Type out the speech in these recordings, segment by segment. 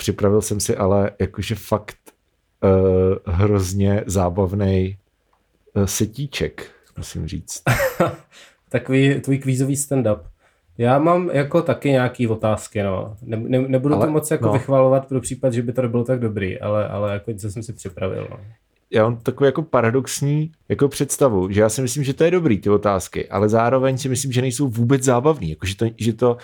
Připravil jsem si ale jakože fakt uh, hrozně zábavný uh, setíček, musím říct. Takový tvůj kvízový stand-up. Já mám jako taky nějaký otázky, no. Ne, ne, nebudu ale, Ale- to moc jako no. no. vychvalovat pro případ, že by to nebylo tak dobrý, ale, ale jako co jsem si připravil, no. já mám takovou jako paradoxní jako představu, že já si myslím, že to je dobrý ty otázky, ale zároveň si myslím, že nejsou vůbec zábavný, jako že to, že to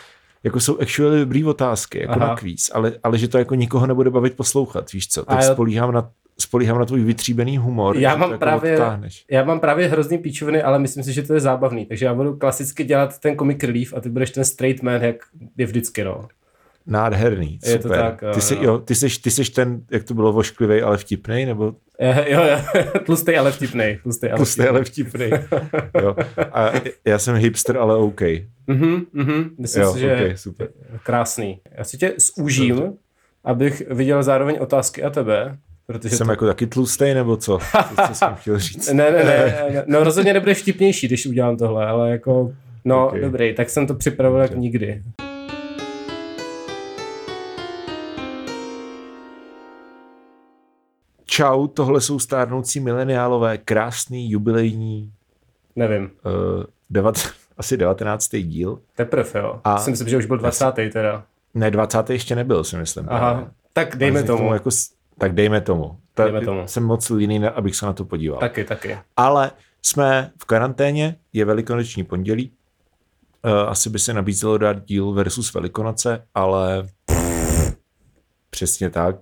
jako jsou actually dobrý otázky, jako Aha. Aha. na kvíz, ale, ale že to jako nikoho nebude bavit poslouchat, víš co, tak A jo. spolíhám na, spolíhám na tvůj vytříbený humor. Já že to mám jako právě- odtáhneš. Já mám právě hrozný píčoviny, ale myslím si, že to je zábavný, takže já budu klasicky dělat ten comic relief a ty budeš ten straight man, jak je vždycky, no. Nádherný, Je to super. tak, eh, jo, ty, jsi, jo. jo, ty, seš, ty seš ten, jak to bylo, vošklivej, ale vtipnej, nebo Eh, Jo, jo, tlustej, ale vtipnej, tlustej, ale tlustej, ale vtipnej. jo. A já jsem hipster, ale OK. Mhm, mhm, myslím jo, si, že OK, super. krásný. Já si tě zúžím, abych viděl zároveň otázky a tebe, protože Jsem to... jako taky tlustej, nebo co? Co, co jsem chtěl říct? Ne, ne, ne, ne, no rozhodně nebudeš vtipnější, když udělám tohle, ale jako, no Ok. okay. dobrý, tak jsem to připravil jak nikdy. Čau, tohle jsou stárnoucí mileniálové, krásný jubilejní Nevím, uh, devat, asi 19. díl. teprve, jo. A- A... Si myslím, že už byl 20. teda. Ne, 20. ještě nebyl, si myslím. Aha, právě. tak dejme Ale k tomu. jako, s- tak dejme tomu. Ta, Dejme tomu. Jsem moc líný, na- abych se na to podíval. Taky, taky. Ale jsme v karanténě, je velikonoční pondělí. Eh, Asi by se nabízelo dát díl versus velikonoce, ale přesně tak.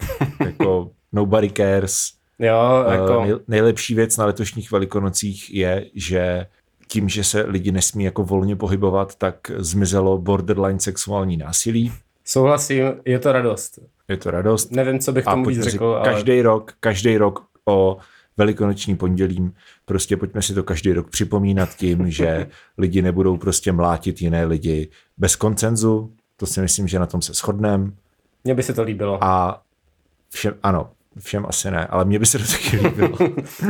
Jako nobody cares. Jo, Eh, jako, nej- nejlepší věc na letošních velikonocích je, že tím, že se lidi nesmí jako volně pohybovat, tak zmizelo borderline sexuální násilí. souhlasím, je to radost. Je to radost. Nevím, co bych tomu víc pojďme si řekl, ale každý rok, každý rok o velikonoční pondělím, prostě pojďme si to každý rok připomínat tím, že lidi nebudou prostě mlátit jiné lidi bez koncenzu, to si myslím, že na tom se shodneme mně by se to líbilo. a všem, ano, všem asi ne, ale mně by se to taky líbilo.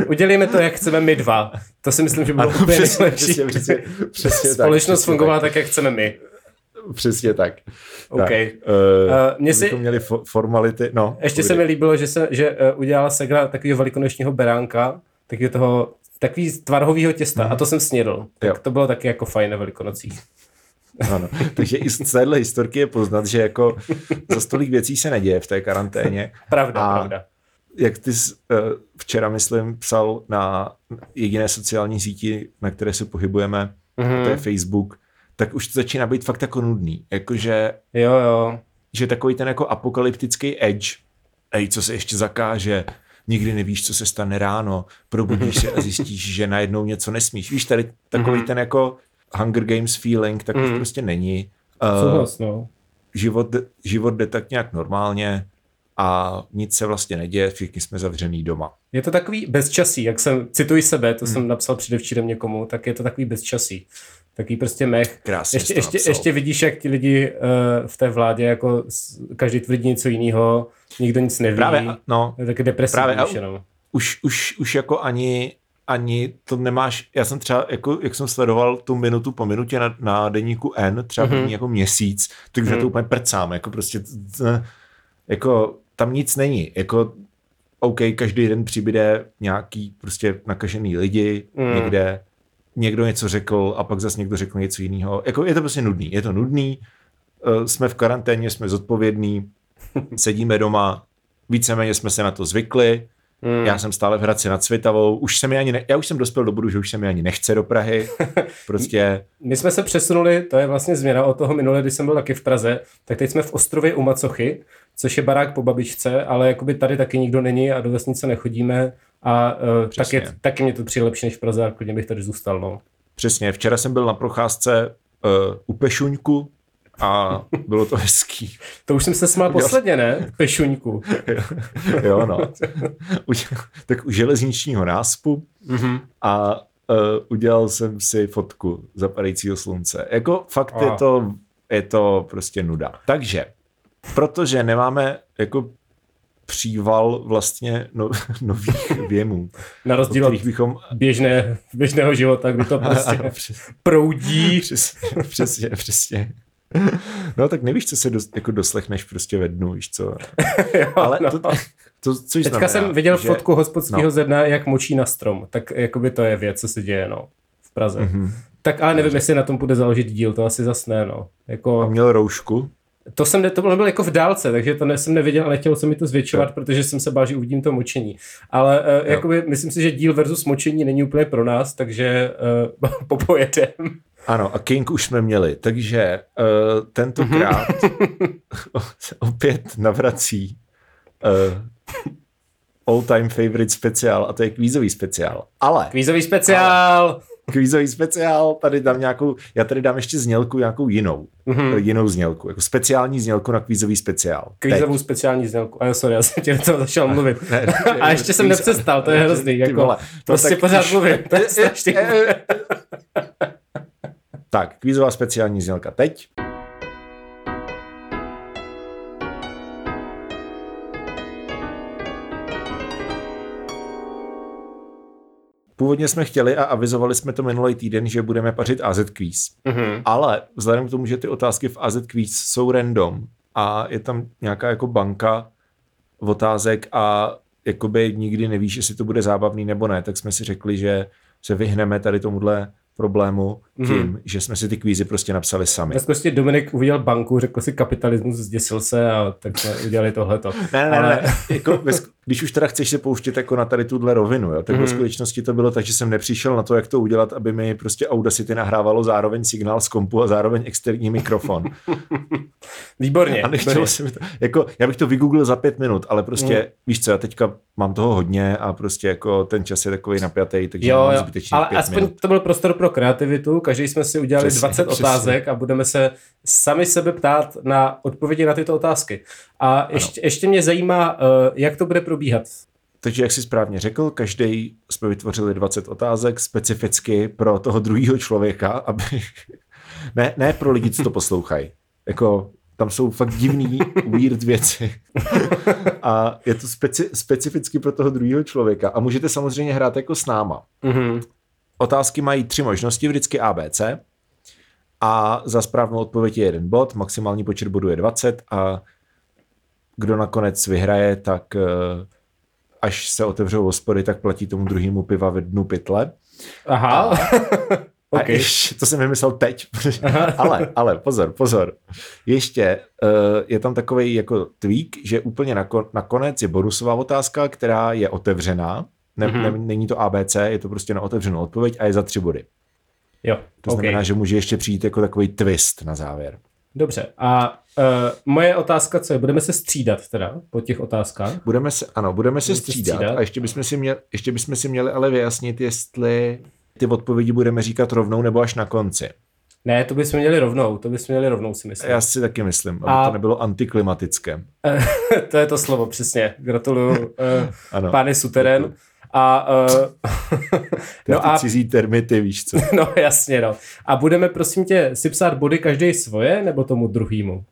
Udělejme to, jak chceme my dva. To si myslím, že bylo Ano, úplně přesně, nejlepší. přesně, přesně, přesně tak, Společnost přesně fungovala tak, jak chceme my. tak. Přesně tak. OK. Tak, uh, Eh, mně si- měli fo- formality, no. Ještě se mi líbilo, že, se, že eh, udělala Segra takového velikonočního beránka, takového toho, takový z tvarhového těsta a to jsem snědl. Tak Hmm. Jo. to bylo taky jako fajn na velikonocích. Ano. Takže i z téhle historky je poznat, že jako za stolik věcí se neděje v té karanténě. Pravda, A- pravda. Jak ty jsi, eh, včera, myslím, psal na jediné sociální síti, na které se pohybujeme, mm-hmm. to je Facebook, tak už to začíná být fakt jako nudný. Jakože Jo, jo. že takový ten jako apokalyptický edge, ej, co se ještě zakáže, nikdy nevíš, co se stane ráno, probudíš se a zjistíš, že najednou něco nesmíš. Víš, tady takový ten jako Hunger Games feeling, tak už prostě není. Uh, Souhlas, no. život, život jde tak nějak normálně a nic se vlastně neděje, všichni jsme zavřený doma. Je to takový bezčasí, jak jsem, cituji sebe, Hmm. to jsem napsal předevčírem někomu, tak je to takový bezčasí. Taký prostě mech. Krásně jsi Ještě, to ještě, napsal. ještě vidíš, jak ti lidi uh, v té vládě, jako s- každý tvrdí něco jiného, nikdo nic neví. Právě, a- no. Je Taky depresivní Právě, a- už jenom. už, už, už jako ani, ani to nemáš, já jsem třeba, jako, jak jsem sledoval tu minutu po minutě na, na deníku N, třeba mm-hmm. jako měsíc, tak už mm-hmm. to úplně prcám, jako prostě, t- t- jako tam nic není, jako OK, každý den přibyde nějaký prostě nakažený lidi mm. někde, někdo něco řekl a pak zase někdo řekl něco jiného. Jako je to prostě nudný, je to nudný, eh, jsme v karanténě, jsme zodpovědní, sedíme doma, víceméně jsme se na to zvykli, mm. já jsem stále v Hradci nad Svitavou, už se mi ani ne, já už jsem dospěl do bodu, že už se mi ani nechce do Prahy, prostě My jsme se přesunuli, to je vlastně změna od toho minule, když jsem byl taky v Praze, tak teď jsme v Ostrově u Macochy, což je barák po babičce, ale jakoby tady taky nikdo není a do vesnice nechodíme a uh, tak Přesně. je, taky mě to přijde lepší než v Praze a klidně bych tady zůstal. No. přesně, včera jsem byl na procházce uh, u Pešuňku a bylo to hezký. To už jsem se smál posledně, ne? Pešuňku. jo, no. Už, tak u železničního náspu Mhm. mm-hmm. a uh, udělal jsem si fotku zapadajícího slunce. Jako fakt A. je to, je to prostě nuda. Takže, protože nemáme jako příval vlastně no, nových věmů, Na o rozdíl od kterých bychom... běžné, běžného života, kdy to prostě Ano, přes, proudí. přes, přesně, přesně. No tak nevíš, co se dos, jako doslechneš prostě ve dnu, víš co. Ale no. to, to, což Teďka znamená, jsem viděl že- fotku hospodského no. no. zedna, jak močí na strom. Tak jakoby to je věc, co se děje, no. V Praze. Mhm. Mm-hmm. Tak ale nevím, jestli na tom bude založit díl, to asi zas ne, no. A Jako, měl roušku. to jsem ne, to bylo bylo jako v dálce, takže to ne, jsem neviděl a nechtěl jsem mi to zvětšovat, protože jsem se bál, že uvidím to močení. Ale uh, jakoby, myslím si, že díl versus močení není úplně pro nás, takže uh, popojedem. Ano, a King už jsme měli, takže uh, tentokrát se opět navrací uh, all time favorite speciál a to je kvízový speciál. Ale Kvízový speciál! Ale. kvízový speciál, tady dám nějakou, já tady dám ještě znělku nějakou jinou, mm-hmm. jinou znělku, jako speciální znělku na kvízový speciál. Kvízovou speciální znělku. A jo, sorry, já jsem tě do toho začal mluvit. Ne, ne, a ještě jsem kvíz- nepřestal, to je hrozný. Ty Jako, vole, to prostě tak- pořád mluvím. To je strašný. Teď. tak, kvízová speciální znělka teď. Původně jsme chtěli a avizovali jsme to minulý týden, že budeme pařit AZ Quiz. Mm-hmm. Ale vzhledem k tomu, že ty otázky v AZ Quiz jsou random a je tam nějaká jako banka otázek a jakoby nikdy nevíš, jestli to bude zábavný nebo ne, tak jsme si řekli, že se vyhneme tady tomuhle problému tím, mm-hmm. že jsme si ty kvízy prostě napsali sami. Ve skutečnosti Dominik uviděl banku, řekl si kapitalismus, zděsil se a tak jsme udělali tohleto. Ne, ne, ne, Ale- ne. Jako, ve sk- když už teda chceš se pouštět jako na tady tuhle rovinu, jo, tak mm. ve skutečnosti to bylo tak, že jsem nepřišel na to, jak to udělat, aby mi prostě Audacity nahrávalo zároveň signál z kompu a zároveň externí mikrofon. Výborně. A nechtělo výborně. se mi to, jako, já bych to vygooglil za pět minut, ale prostě, mm. víš co, já teďka mám toho hodně a prostě jako ten čas je takový napjatý, takže jo, Jo, mám jo. zbytečně ale pět aspoň minut. to byl prostor pro kreativitu. Každý jsme si udělali Přesně, 20 přesně. otázek a budeme se sami sebe ptát na odpovědi na tyto otázky. A ještě, ještě mě zajímá, eh, jak to bude probíhat. Takže jak jsi správně řekl, každý jsme vytvořili 20 otázek specificky pro toho druhého člověka, aby... ne, ne pro lidi, co to poslouchají. Jako, tam jsou fakt divný, weird věci. a je to speci- specificky pro toho druhého člověka. A můžete samozřejmě hrát jako s náma. Mm-hmm. Otázky mají tři možnosti, vždycky ABC. A za správnou odpověď je jeden bod, maximální počet bodů je 20 a kdo nakonec vyhraje, tak eh, až se otevřou hospody, tak platí tomu druhému piva ve dnu pytle. Aha. A okay. ještě, to jsem vymyslel teď. ale, ale pozor, pozor. Ještě uh, je tam takový jako tweak, že úplně nako, nakonec je bonusová otázka, která je otevřená. Ne, Mhm. mm-hmm. ne, není to ABC, je to prostě na otevřenou odpověď a je za tři body. Jo, To okay. znamená, že může ještě přijít jako takový twist na závěr. Dobře, a uh, moje otázka, co je, budeme se střídat teda po těch otázkách? Budeme se, ano, budeme se Budeme se střídat, střídat. a ještě bychom, si měli, ještě bychom si měli ale vyjasnit, jestli ty odpovědi budeme říkat rovnou nebo až na konci. Ne, to bychom měli rovnou, to bychom měli rovnou si myslím. Já si taky myslím, aby A- to nebylo antiklimatické. to je to slovo, přesně. Gratuluju uh, Ano. pány Suteren. A, uh, Ty, no no ty a a... cizí termity, víš co. no jasně, no. A budeme prosím tě si psát body každý svoje, nebo tomu druhýmu?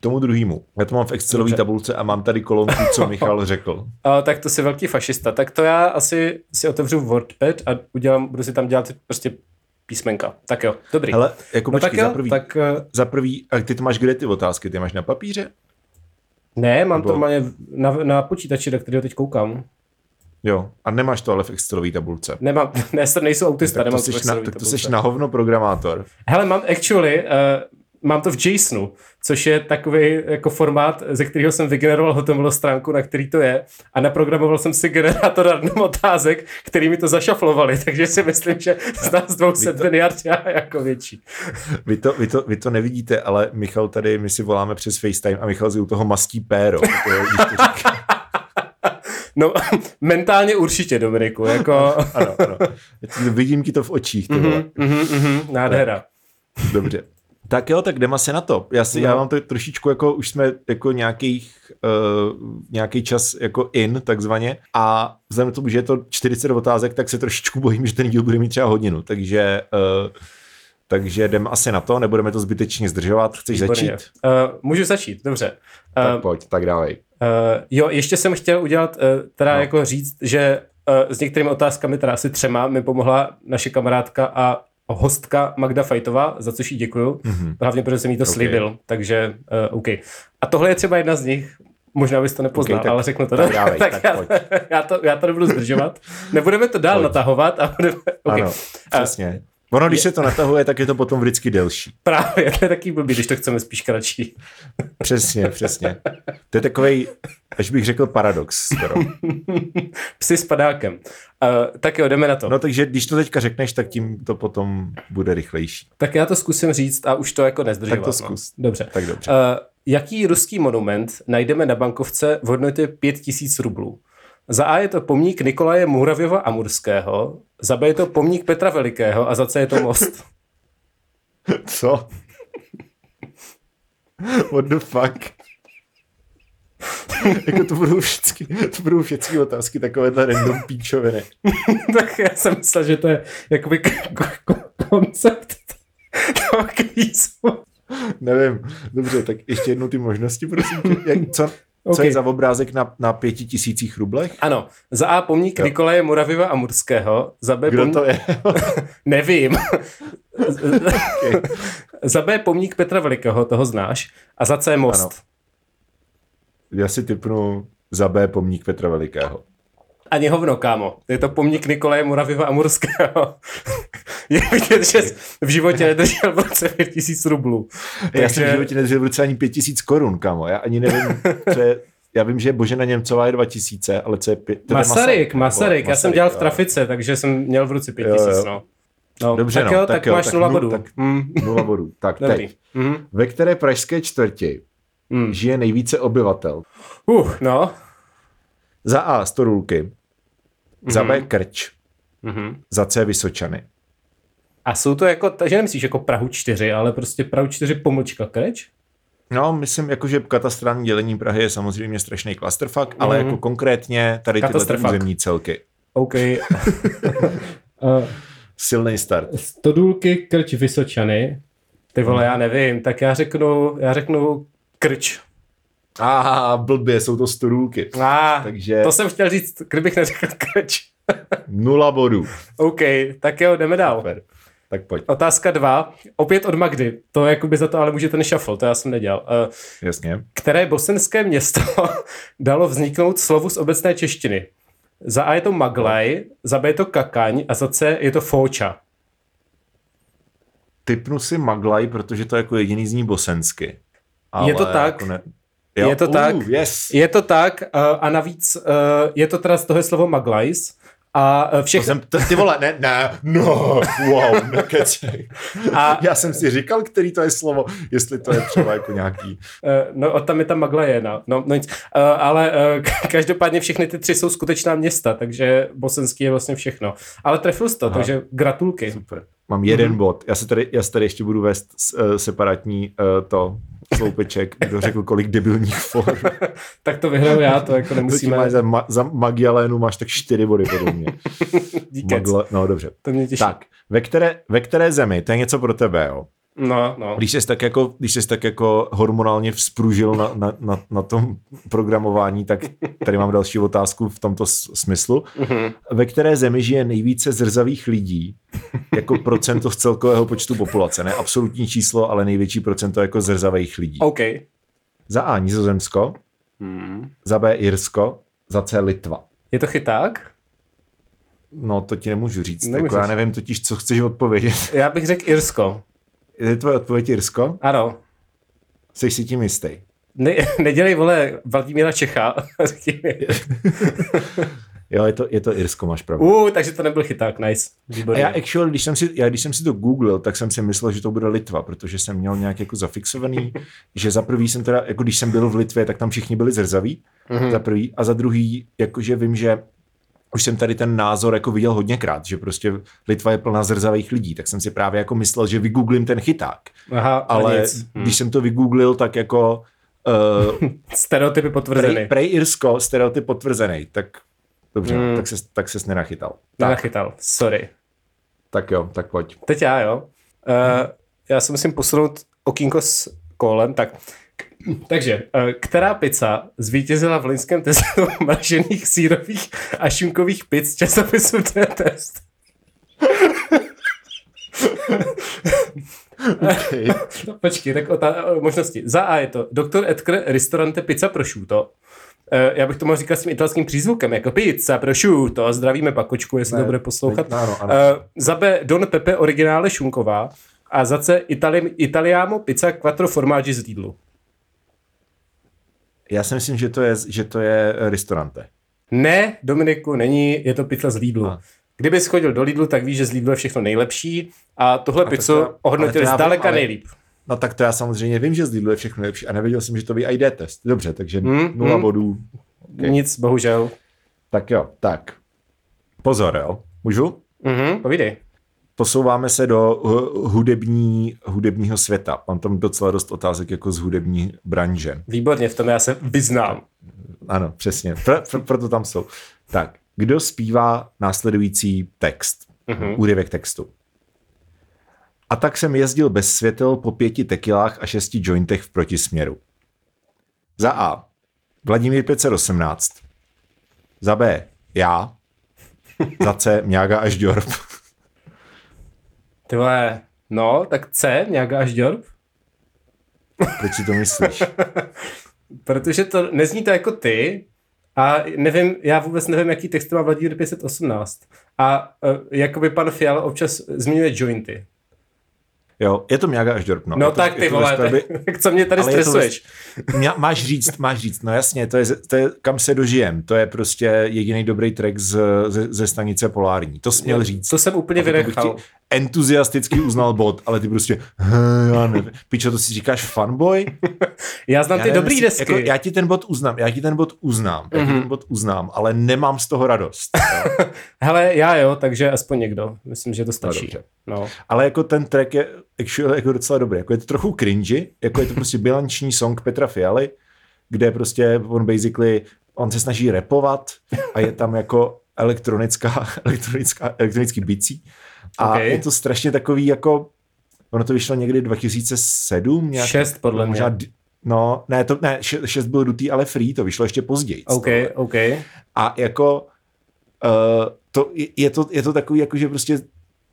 Tomu druhému. Já to mám v Excelové Dobře. tabulce a mám tady kolonku, co Michal řekl. A, Eh, tak to jsi velký fašista. Tak to já asi si otevřu WordPad a udělám, budu si tam dělat prostě písmenka. Tak jo, dobrý. Hele, jako no počkej, tak jo, za prvý, tak eh, za prvý, a ty to máš kde ty otázky? Ty máš na papíře? ne, mám Nebo- to normálně na, na počítači, do kterého teď koukám. Jo. A nemáš to ale v Excelové tabulce. Nemám, ne, to nejsou autista, Tak to, nemám seš profesorový na, tak to tabulce. seš na hovno programátor. Hele, mám actually, uh, mám to v JSONu, což je takový jako formát, ze kterého jsem vygeneroval hotomovou stránku, na který to je a naprogramoval jsem si generátor random otázek, který mi to zašaflovali, takže si myslím, že z nás dvou set miliard já jako větší. Vy to, vy, to, vy to nevidíte, ale Michal tady, my si voláme přes FaceTime a Michal si u toho mastí péro. To je, když to říká. No, mentálně určitě, Dominiku, jako ano, ano. Vidím ti to v očích. Ty vole. Mhm. nádhera. Dobře. Tak jo, tak jdeme asi na to. Já, si, já No. mám to trošičku jako, už jsme jako nějakých, uh, nějaký čas jako in, takzvaně. A vzhledem k tomu, že je to 40 otázek, tak se trošičku bojím, že ten díl bude mít třeba hodinu. Takže, uh, takže jdeme asi na to, nebudeme to zbytečně zdržovat. Chceš Výborně. začít? Uh, můžu začít, dobře. Eh, Tak pojď, tak dávej. Uh, jo, ještě jsem chtěl udělat, uh, teda No. no. eh, jako říct, že uh, s některými otázkami, teda asi třema, mi pomohla naše kamarádka a hostka Magda Fajtová, za což jí děkuju, Mhm. mm-hmm. hlavně protože jsem jí to okay. slíbil, takže uh, OK. A tohle je třeba jedna z nich, možná bys to nepoznal, okay, tak, ale řeknu to. Tak, dávej, tak, tak já, pojď. já, to, já to nebudu zdržovat, nebudeme to dál pojď. natahovat. A budeme, okay. Ano, Eh, přesně. Ono, když se to natahuje, tak je to potom vždycky delší. Právě, to je taky blbý, když to chceme spíš kratší. Přesně, přesně. To je takový, až bych řekl, paradox skoro. Psy s padákem. Uh, tak jo, jdeme na to. No takže když to teďka řekneš, tak tím to potom bude rychlejší. Tak já to zkusím říct a už to jako nezdržovat. Tak to zkus. No. Dobře. Tak dobře. Uh, jaký ruský monument najdeme na bankovce v hodnotě 5000 rublů? Za A je to pomník Nikolaje Muravjova Amurského, za B je to pomník Petra Velikého a za C je to most. Co? What the fuck? jako to budou všechny, to budou všechny otázky takové ta random píčoviny. tak já jsem myslel, že to je jakoby k- k- k- koncept toho kvízu. Nevím, dobře, tak ještě jednou ty možnosti, prosím tě. Jak, co, Okay. Co je za obrázek na, na pěti tisících rublech? Ano. Za A pomník jo. Nikolaje Moraviva Amurského. Za B Kdo pomník... to je? Nevím. okay. Za B pomník Petra Velikého, toho znáš. A za C most. Ano. Já si typnu za B pomník Petra Velikého. Ani hovno, kámo. Je to pomník Nikolaje Moraviva Amurského. je vidět, že v životě nedržel v ruce 5000 rublů. Takže... Já jsem v životě nedržel v ruce ani 5000 korun, kámo. Já ani nevím, co je... Já vím, že Božena Němcová je 2000, ale co je... Pě... Masaryk, Masaryk, Masaryk. Já jsem dělal v trafice, takže jsem měl v ruce 5000, no. No, Dobře, tak no, jo, tak, tak jo, máš tak nula bodů. Hmm. Mhm. Tak, mm. Nula bodů. Tak teď. Mm. Ve které pražské čtvrti Hmm. mm. žije nejvíce obyvatel? Uh, no. Za A Storulky, mm-hmm. za Mhm. B Krč, mm-hmm. za C Vysočany. A jsou to jako, takže nemyslíš jako Prahu 4, ale prostě Prahu 4 pomlčka Krč? No, myslím, jako, že katastrální dělení Prahy je samozřejmě strašný clusterfuck, mm-hmm. Mhm. ale jako konkrétně tady tyhle územní celky. OK. Silný start. Stodulky, Krč, Vysočany. Ty vole, já nevím, tak já řeknu, já řeknu Krč. A ah, blbě, jsou to storůlky. Ah, Takže... To jsem chtěl říct, kdybych neřekl krč. Nula bodů. OK, tak jo, jdeme dál. Super. Tak pojď. Otázka dva, opět od Magdy. To je jakoby za to, ale může ten shuffle, to já jsem nedělal. Uh, Jasně. Které bosenské město dalo vzniknout slovu z obecné češtiny? Za A je to Maglaj, za B je to Kakaň a za C je to Fóča. Typnu si Maglaj, protože to je jako jediný zní bosensky. Ale je to tak. Jako ne... Jo. Je to uh, tak. Yes. Je to tak uh, a navíc uh, je to teda z toho slovo maglajs a uh, všechno... To jsem, to, ty vole, ne, ne, no, wow, nekecej. A... Já jsem si říkal, který to je slovo, jestli to je třeba jako nějaký... Uh, no, od tam je ta maglajena, no, no nic. Uh, ale uh, každopádně všechny ty tři jsou skutečná města, takže bosenský je vlastně všechno. Ale trefil jsi to, Aha. takže gratulky. Super. Mám Mhm. jeden mm-hmm. bod. Já se, tady, já se tady ještě budu vést uh, separátní uh, to sloupeček, kdo řekl kolik debilních form. tak to vyhraju já, to jako nemusíme. máš za, ma, za Magialénu máš tak čtyři body podle mě. Díkec. Magle, no dobře. To mě těší. Tak, ve které, ve které zemi, to je něco pro tebe, jo? No, no. Když jsi tak jako, když jsi tak jako hormonálně vzpružil na, na, na, na tom programování, tak tady mám další otázku v tomto smyslu. Mm-hmm. Ve které zemi žije nejvíce zrzavých lidí jako procento z celkového počtu populace? Ne absolutní číslo, ale největší procento jako zrzavých lidí. OK. Za A Nizozemsko, mm. za B Irsko, za C Litva. Je to chyták? No, to ti nemůžu říct. Nemůžu jako, já nevím totiž, co chceš odpovědět. Já bych řekl Irsko. Je tvoje odpověď Jirsko? Ano. Jsi si tím jistý? Ne, nedělej, vole, Vladimíra Čecha. jo, je to, je to Irsko, máš pravdu. Uh, takže to nebyl chyták, nice. Výborně. A já actual, když jsem, si, já, když jsem si to googlil, tak jsem si myslel, že to bude Litva, protože jsem měl nějak jako zafixovaný, že za prvý jsem teda, jako když jsem byl v Litvě, tak tam všichni byli zrzaví, mm-hmm. za prvý, a za druhý, jakože vím, že už jsem tady ten názor jako viděl hodněkrát, že prostě Litva je plná zrzavých lidí, tak jsem si právě jako myslel, že vygooglím ten chyták. Aha, ale nic. Hmm. když jsem to vygooglil, tak jako... Uh, Stereotypy potvrzený. Prej, prej Irsko, stereotyp potvrzený, tak dobře, hmm. tak, ses, tak ses nenachytal. Tak. Nenachytal, sorry. Tak jo, tak pojď. Teď já, jo. Uh, já se musím posunout okýnko s kolem, tak takže, eh, která pizza zvítězila v loňském testu mražených sírových a šunkových pic časopisu ten test? Okay. No, počkej, tak o ta, o možnosti. Za A je to Dr. Edgar Ristorante Pizza Prosciutto. Eh, Já bych to mohl říkat s tím italským přízvukem, jako pizza, prosciutto, zdravíme pakočku, jestli Ne, to bude poslouchat. ne, ano, ano. Eh, za B Don Pepe originále šunková a za C Itali, Italiamo pizza quattro formaggi z Lidlu. Já si myslím, že to je, že to je eh, ristorante. Ne, Dominiku, není, je to pizza z Lidlu. A. Kdybys chodil do Lidlu, tak víš, že z Lidlu je všechno nejlepší a tohle tak pizzu já- ale ohodnotili to já vím, zdaleka ale- nejlíp. No tak to já samozřejmě vím, že z Lidlu je všechno lepší a nevěděl jsem, že to by ID test. Dobře, takže mm, nula mm. bodů. Okay. Nic, bohužel. Tak jo, tak. Pozor, jo. Můžu? Mhm, povídej. Posouváme se do eh, hudební, hudebního světa. Mám tam docela dost otázek jako z hudební branže. Výborně, v tom já se vyznám. Ano, přesně. Pr- pr- proto tam jsou. Tak, kdo zpívá následující text? Mhm. Uh-huh. Úryvek textu. A tak jsem jezdil bez světel po pěti tekilách a šesti jointech v protisměru. Za A. Vladimír 518. Za B. Já. Za C. Mňága až Djorb. Ty vole, no, tak C, nějaká až dělb, Proč si to myslíš? protože to nezní to jako ty a nevím, já vůbec nevím, jaký text má Vladimír 518 a uh, jakoby pan Fiala občas zmiňuje jointy. Jo, je to Mňága až Djorb. No, No je to, tak je ty to ve vole, skladbě- tak, tak co mě tady Ale je to stresuješ? Mě, máš říct, máš říct, no jasně, to je, to je kam se dožijem, to je prostě jediný dobrý track z, ze, ze stanice Polární, to jsi měl říct. To jsem úplně A to bych vynechal. ti entuziasticky uznal bod, ale ty prostě, "Hm, já nevím, pičo, to si říkáš fanboy? Já znám Já ty nevím, dobrý jestli- desky. Mhm. Jako, já ti ten bod uznám, já ti ten bod uznám, já ti ten bod uznám, ale nemám z toho radost. jo. Hele, já jo, takže aspoň někdo. Myslím, že to stačí. dobře. No. Ale jako ten track je actually jako docela dobrý. Jako je to trochu cringy, jako je to prostě bilanční song Petra Fialy, kde prostě on basically, on se snaží repovat a je tam jako elektronická, elektronická, elektronický bicí. A Okay. okay. je to strašně takový jako, ono to vyšlo někdy 2007, nějak, Šest, podle mě. možná, d- No, ne, to, ne, še- šest byl dutý, ale free, to vyšlo ještě později. OK, OK. A jako uh, to, je- je, to, je to takový, jako že prostě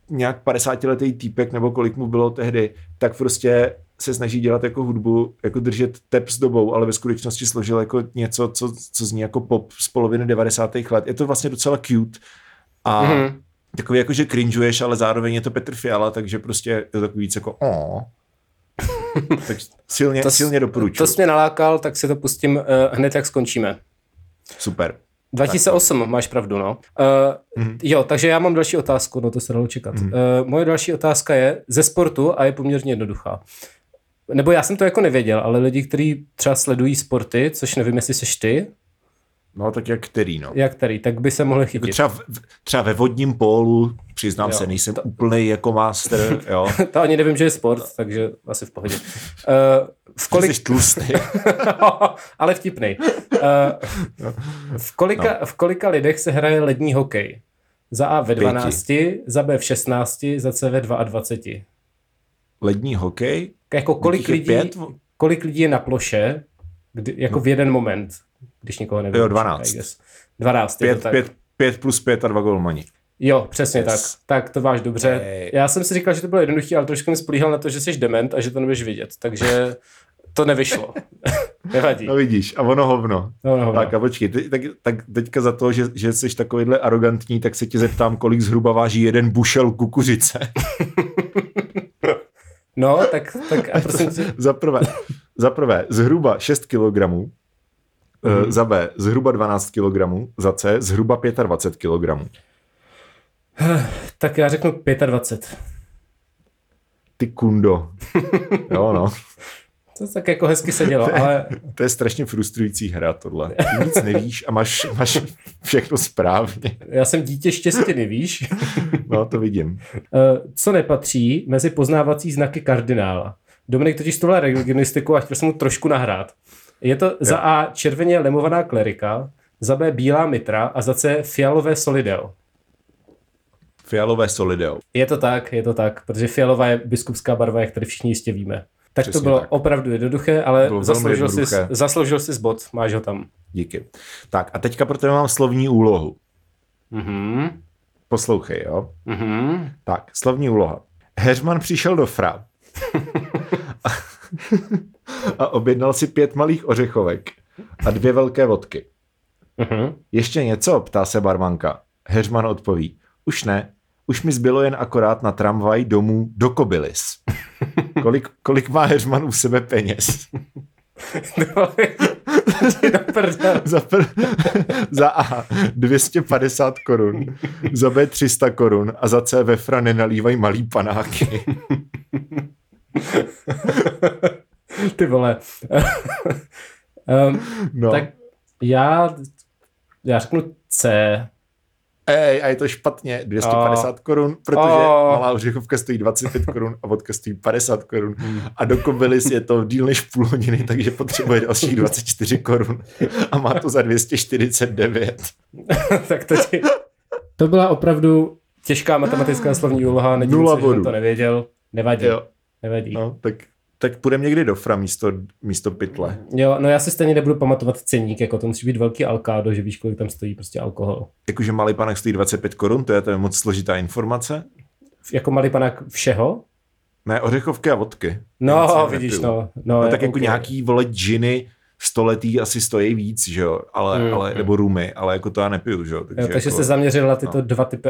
nějak 50-letý týpek, nebo kolik mu bylo tehdy, tak prostě se snaží dělat jako hudbu, jako držet tep s dobou, ale ve skutečnosti složil jako něco, co, co zní jako pop z poloviny 90. let. Je to vlastně docela cute a Mhm. mm-hmm. takový jako, že cringeuješ, ale zároveň je to Petr Fiala, takže prostě je to takový víc jako o. tak silně, to, s- silně doporučuji. To jsi mě nalákal, tak si to pustím uh, hned, jak skončíme. Super. 2008, máš pravdu, no. Uh, Mhm. mm. Jo, takže já mám další otázku, no to se dalo čekat. Mm. Uh, moje další otázka je ze sportu a je poměrně jednoduchá. Nebo já jsem to jako nevěděl, ale lidi, kteří třeba sledují sporty, což nevím, jestli seš ty, No tak jak který, no. jak tady, tak by se mohli chytit. Třeba, v- v- třeba ve vodním pólu, přiznám Jo, jo, se, nejsem to... úplný jako master, jo. To ani nevím, že je sport, takže asi v pohodě. Uh, v Kolik... kolik... Jsi tlustý. ale vtipnej. Uh, v, kolika, No. v kolika lidech se hraje lední hokej? Za A ve 12, za B v 16, za C ve 22. Lední hokej? Jako kolik Těch je lidí, pět? No. kolik lidí je na ploše, kdy, jako v jeden moment, když nikoho nevím. Jo, 12. 12, je to Pět, tak. pět, pět plus pět a dva golmani. Jo, přesně Yes. tak. Tak to máš dobře. Ej. Já jsem si říkal, že to bylo jednoduché, ale trošku jsem spolíhal na to, že jsi dement a že to nebudeš vidět. Takže to nevyšlo. Nevadí. No vidíš, a ono hovno. No, no, Tak no. a počkej, ty, tak, tak teďka za to, že, že jsi takovýhle arrogantní, tak se tě zeptám, kolik zhruba váží jeden bušel kukuřice. no tak, tak a prosím tě, za prvé, za prvé, zhruba 6 kilogramů, Mhm. mm. za B zhruba 12 kilogramů, za C zhruba 25 kilogramů. tak já řeknu 25. Ty kundo. Jo no. To tak jako hezky sedělo, ale To je strašně frustrující hra tohle. Ty nic nevíš a máš, máš všechno správně. já jsem dítě štěstěny, víš? No, to vidím. Eh, Co nepatří mezi poznávací znaky kardinála? Dominik totiž tohle regionistiku a chtěl jsem mu trošku nahrát. Je to za A červeně lemovaná klerika, za B bílá mitra a za C fialové solideo. Fialové solideo. Je to tak, je to tak, protože fialová je biskupská barva, jak tady všichni jistě víme. Tak Přesně Přesně to bylo tak. tak. opravdu jednoduché, ale Bylo velmi zasloužil jsi, jednoduché. zasloužil jsi bod, máš ho tam. Díky. Tak a teďka pro tebe mám slovní úlohu. Mhm, Poslouchej, jo? mhm. Tak, slovní úloha. Heřman přišel do Fra a, a objednal si pět malých ořechovek a dvě velké vodky. Uh-huh. Ještě něco? ptá se barmanka. Heřman odpoví. Už ne. Už mi zbylo jen akorát na tramvaj domů do Kobylis. Kolik, kolik má Heřman u sebe peněz? za, pr- za A 250 korun, za B 300 korun a za C ve Fra nenalívají malý panáky. Ty vole. um, No. Tak já, já řeknu C. Ej, a je to špatně, 250 korun, protože Oh. malá ořechovka stojí 25 korun a vodka stojí 50 korun a do kobylis je to díl než půl hodiny, takže potřebuje dalších 24 korun a má to za 249. tak to ti... To byla opravdu těžká matematická slovní úloha. Nedivím Nula se, že jsem bodů. to nevěděl. Nevadí. Jo, Nevadí. No. no, tak, tak půjdeme někdy do fra místo, místo pytle. Jo, no já si stejně nebudu pamatovat ceník, jako to musí být velký alkádo, že víš, kolik tam stojí prostě alkohol. Jakože malý panek stojí 25 korun, to je, to je moc složitá informace. Jako malý panák všeho? Ne, ořechovky a vodky. Já No, jsem vidíš, nepiju. no. No, No tak jako ok. nějaký, vole, džiny stoletý asi stojí víc, že jo, ale, Mm, ale mm. nebo rumy, ale jako to já nepiju, že jo. Takže, Jo, takže jako, se zaměřil na tyto dva typy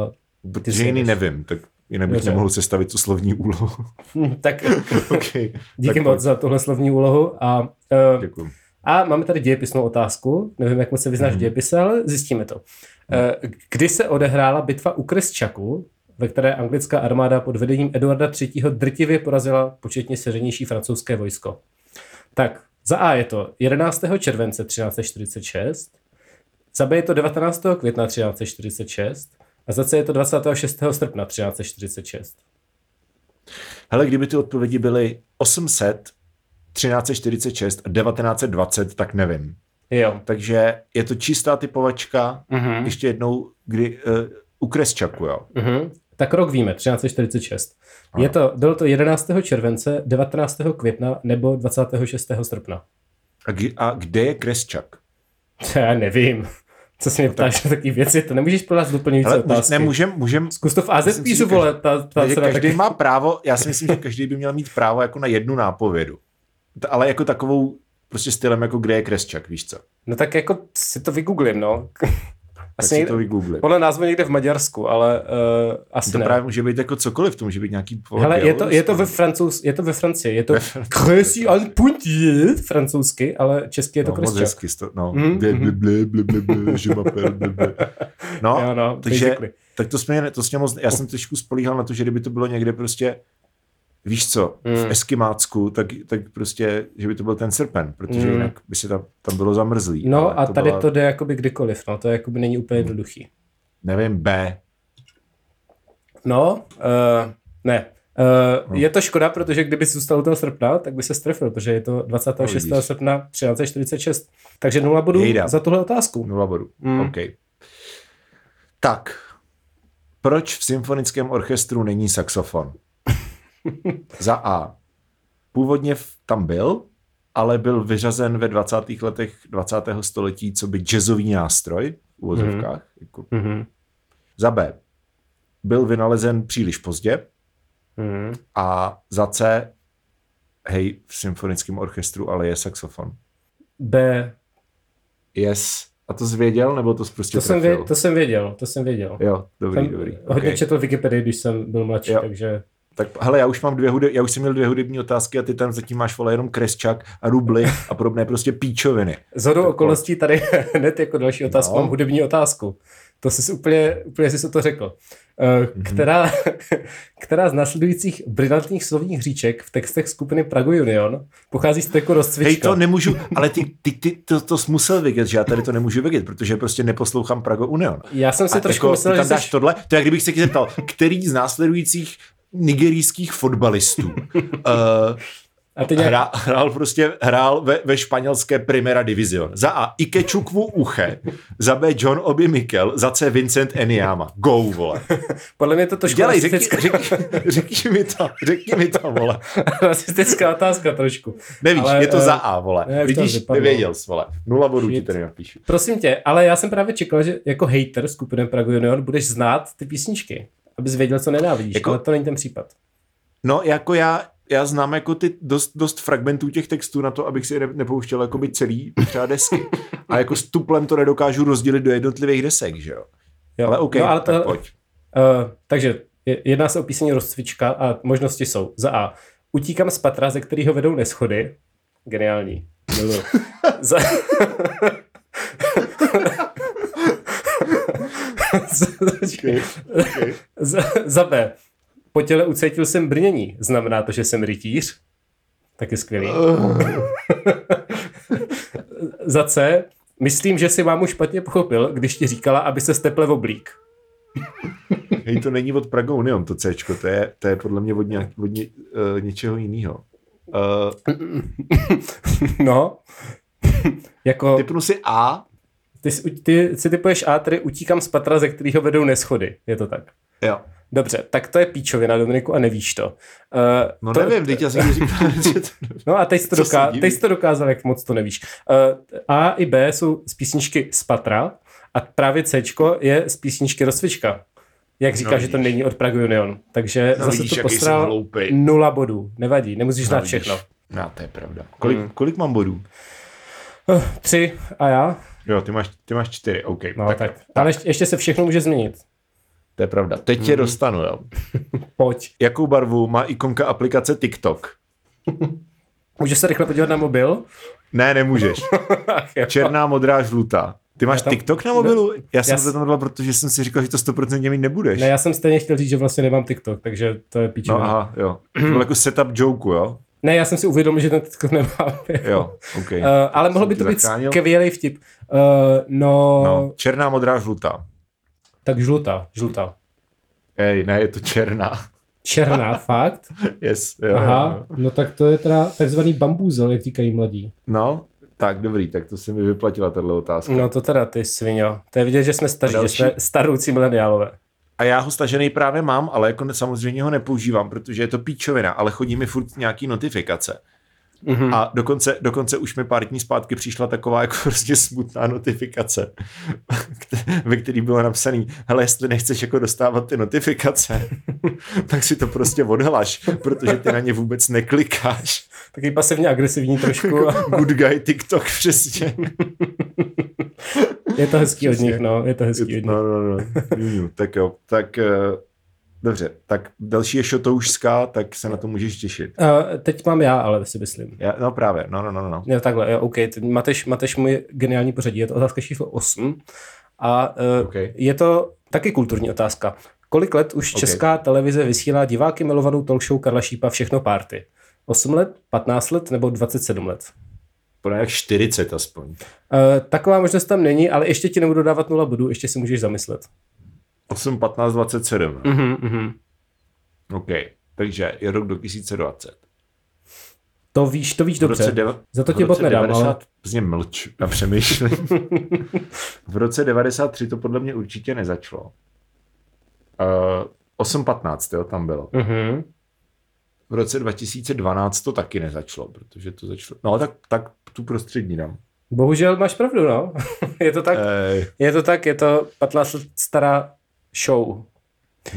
A... ty si Protože jiný jedeš. nevím, tak jinak bych Dobře. nemohl sestavit tu slovní úlohu. Hm, tak okay. díky tak, moc za tuhle slovní úlohu. A, uh, Děkuji. a máme tady dějepisnou otázku. Nevím, jak moc se vyznáš v dějepise, ale zjistíme to. Uh, kdy se odehrála bitva u Kresčaku, ve které anglická armáda pod vedením Eduarda III. drtivě porazila početně seřenější francouzské vojsko? Tak, za A je to 11. července 1346, za B je to 19. května 1346 a za C je to 26. srpna 1346. Hele, kdyby ty odpovědi byly 800, 1346 a 1920, tak nevím. Jo. Takže je to čistá typovačka, Hmm. mm-hmm. ještě jednou, kdy uh, u Kresčaku, jo. Mhm. Tak rok víme, 1346. Je to, bylo to 11. července, 19. května nebo 26. srpna. A, kdy- a kde je Kresčak? To já nevím. Co se mě No ptáš na taký věci, to nemůžeš pro nás doplňující Hele, můž, otázky. ne, můžem, můžem, Zkus to v Myslím AZ si, písu, že vole, ta, ta že se na každý taky... má právo, já si myslím, že každý by měl mít právo jako na jednu nápovědu. T- Ale jako takovou prostě stylem, jako kde je Kresčak, víš co? No tak jako si to vygooglím, no. Tak asi si někde, to vygoogli. podle názvu někde v Maďarsku, ale uh, asi To ne. právě může být jako cokoliv, to může být nějaký vole, Hele, je to, je to ve Bělorus, francouz, je to ve Francii, je to Crécy en Punti, francouzsky, ale česky je to no, moc Kresčak. hezky, to, no. Mhm, Blé, blé, blé, blé, blé, blé, je m'appelle, blé, blé. No, Jo, no, takže, basically. tak to jsme, to jsme moc, já jsem trošku spolíhal na to, že kdyby to bylo někde prostě, víš co, Mhm. v Eskimácku, tak, tak prostě, že by to byl ten srpen, protože Mm. jinak by se tam, tam bylo zamrzlý. Ale No a to tady byla- Mhm. to jde jakoby kdykoliv, no to jakoby není úplně jednoduchý. Nevím, B. No, uh, ne. Mhm. Uh, je to škoda, protože kdyby jsi zůstal u toho srpna, tak by se strefil, protože je to 26. No, vidíš. srpna 1346. Takže nula bodů Jejda. za tuhle otázku. Nula bodů. Hmm. Mm. OK. Tak. Proč v symfonickém orchestru není saxofon? Za A. Původně v- tam byl, ale byl vyřazen ve 20. letech 20. století, co by jazzový nástroj v uvozovkách. Mm. Jako. Mhm. Za B. Byl vynalezen příliš pozdě. Mhm. A za C. Hej, v symfonickém orchestru, ale je saxofon. B. Yes. A to jsi věděl, nebo to jsi prostě To jsem, trefil? věděl, to jsem věděl, to jsem věděl. Jo, dobrý, jsem dobrý. hodně Okay. četl Wikipedii, když jsem byl mladší, Jo. takže... Tak hele, já už mám dvě hudeb, já už jsem měl dvě hudební otázky a ty tam zatím máš vole jenom kresčak a rubly a podobné prostě píčoviny. Zhodou okolností tady hned jako další otázku No. no. mám hudební otázku. To jsi úplně, úplně jsi to řekl. Eh, Mhm. Která, která z následujících brilantních slovních hříček v textech skupiny Prago Union pochází z teku rozcvička? Hej, to nemůžu, ale ty, ty, ty to, to jsi musel vědět, že já tady to nemůžu vědět, protože prostě neposlouchám Prago Union. Já jsem si A trošku jako, myslel, ty že tam dáš jsi... tohle, to je, jak kdybych se tě zeptal, který z následujících nigerijských fotbalistů uh, A ty nějak... Hra, hrál prostě, hrál ve, ve španělské Primera Division. Za A. Ikečukwu Uche, za B. John Obi Mikel, za C. Vincent Eniama. Go, vole. Podle mě je to trošku Dělej, řekni, rasistická, řekni, řekni, mi to, řekni mi to, vole. rasistická otázka trošku. Nevíš, Ale, je to eh, za A, vole. ne, jak to Vidíš, vypadlo. nevěděl jsi, vole. Nula bodů ti Shit. tady napíšu. Prosím tě, ale já jsem právě čekal, že jako hater skupiny Prago Union budeš znát ty písničky. abys věděl, co nenávidíš. Jako- Jako... Ale to není ten případ. No, jako já, já znám jako ty dost, dost fragmentů těch textů na to, abych si je ne, nepouštěl jako by celý třeba desky. A jako s tuplem to nedokážu rozdělit do jednotlivých desek, že jo? Jo. Ale OK, no, ale tak to, pojď. Uh, takže je- jedná se o píseň rozcvička a možnosti jsou. Za A. Utíkám z patra, ze kterého vedou neschody. Geniální. Miluju. za... za... Okay. za... za B. Po těle ucítil jsem brnění. Znamená to, že jsem rytíř? Taky skvělý. za C. Myslím, že si mámu špatně pochopil, když ti říkala, aby se steple v oblík. Hej, to není od Praga Union, to C, to je, to je podle mě od, nějak, od ně, uh, něčeho jiného. Uh, No. jako, typnu si A, ty, si- ty si typuješ A, tedy utíkám z patra, ze kterého vedou neschody. Je to tak. jo. Dobře, tak to je píčovina, Dominiku, a nevíš to. Uh, No to, to, nevím, teď já jsem ti říkal, že to... No a teď jsi to, Co se doká- divíš? teď jsi to dokázal, jak moc to nevíš. Uh, a i B jsou z písničky z patra a právě C je z písničky Rozcvička. Jak říká, No že to vidíš. není od Prague Union. Takže No zase vidíš, to jaký jsem posral hloupej. nula bodů. Nevadí, nemusíš znát vidíš. všechno. No, to je pravda. Kolik, hmm. kolik mám bodů? Uh, tři a já? Jo, ty máš, ty máš čtyři, OK. No tak. tak. Ale ještě, ještě se všechno může změnit. To je pravda. Teď Hmm. tě dostanu, jo. Pojď. Jakou barvu má ikonka aplikace TikTok? Můžeš se rychle podívat na mobil? Ne, nemůžeš. Ach, jo. Černá, modrá, žlutá. Ty máš tam- TikTok na mobilu? Já jsem já s- to tam dal, protože jsem si říkal, že to 100% mít nebudeš. Ne, já jsem stejně chtěl říct, že vlastně nemám TikTok, takže to je píčina. No aha, jo. To byl jako setup joke, jo? Ne, já jsem si uvědomil, že ten TikTok nemám. Jo, OK. Uh, ale mohl Jsem by ti to být zachránil. skvělý vtip. Uh, no, No, černá, modrá, žlutá. tak žlutá, žlutá. Ej, ne, je to černá. Černá, fakt? Yes, jo, jo, jo. Aha, no tak to je teda takzvaný bambúzel, jak říkají mladí. No, tak dobrý, tak to se mi vyplatila tahle otázka. No to teda ty sviňo. To je vidět, že jsme staří, že Další? jsme staroucí mileniálové. A já ho stažený právě mám, ale jako ne- samozřejmě ho nepoužívám, protože je to píčovina, ale chodí mi furt nějaký notifikace. Mm-hmm. A dokonce, dokonce už mi pár dní zpátky přišla taková jako prostě smutná notifikace, kte- ve který bylo napsaný, hele, jestli nechceš jako dostávat ty notifikace, tak si to prostě odhlaš, protože ty na ně vůbec neklikáš. Taky pasivně agresivní trošku. Good guy TikTok, přesně. je to hezký od nich, no, je to Je hezký od to- nich. No, no, no. Juju, tak jo, tak eh, dobře, tak další je šotoušská, tak se na to můžeš těšit. Uh, teď mám já, ale si myslím. Já, no právě, no, no, no, no. Jo, takhle, jo, OK. Ty- Mateš, Mateš můj geniální pořadí. Je to otázka číslo 8. A uh, OK. je to taky kulturní otázka. Kolik let už OK. česká televize vysílá diváky milovanou talk show Karla Šípa Všechno párty? 8 let, 15 let nebo 27 let? Podle jak 40 aspoň. Uh, taková možnost tam není, ale ještě ti nebudu dávat 0 bodů, ještě si můžeš zamyslet. 8, 15, 27. Mm. Mm-hmm, mm-hmm. OK, takže je rok 2020. To víš, to víš dobře. deva- Za to v ti bod roce nedám, ale... Z něj mlč a přemýšlím. v roce 93 to podle mě určitě nezačalo. Uh, 8.15, jo, tam bylo. Mm-hmm. V roce 2012 to taky nezačalo, protože to začalo. No, tak, tak tu prostřední dám. Eh, Bohužel máš pravdu, no. je to tak, Ej, je to tak, je to 15 let stará show.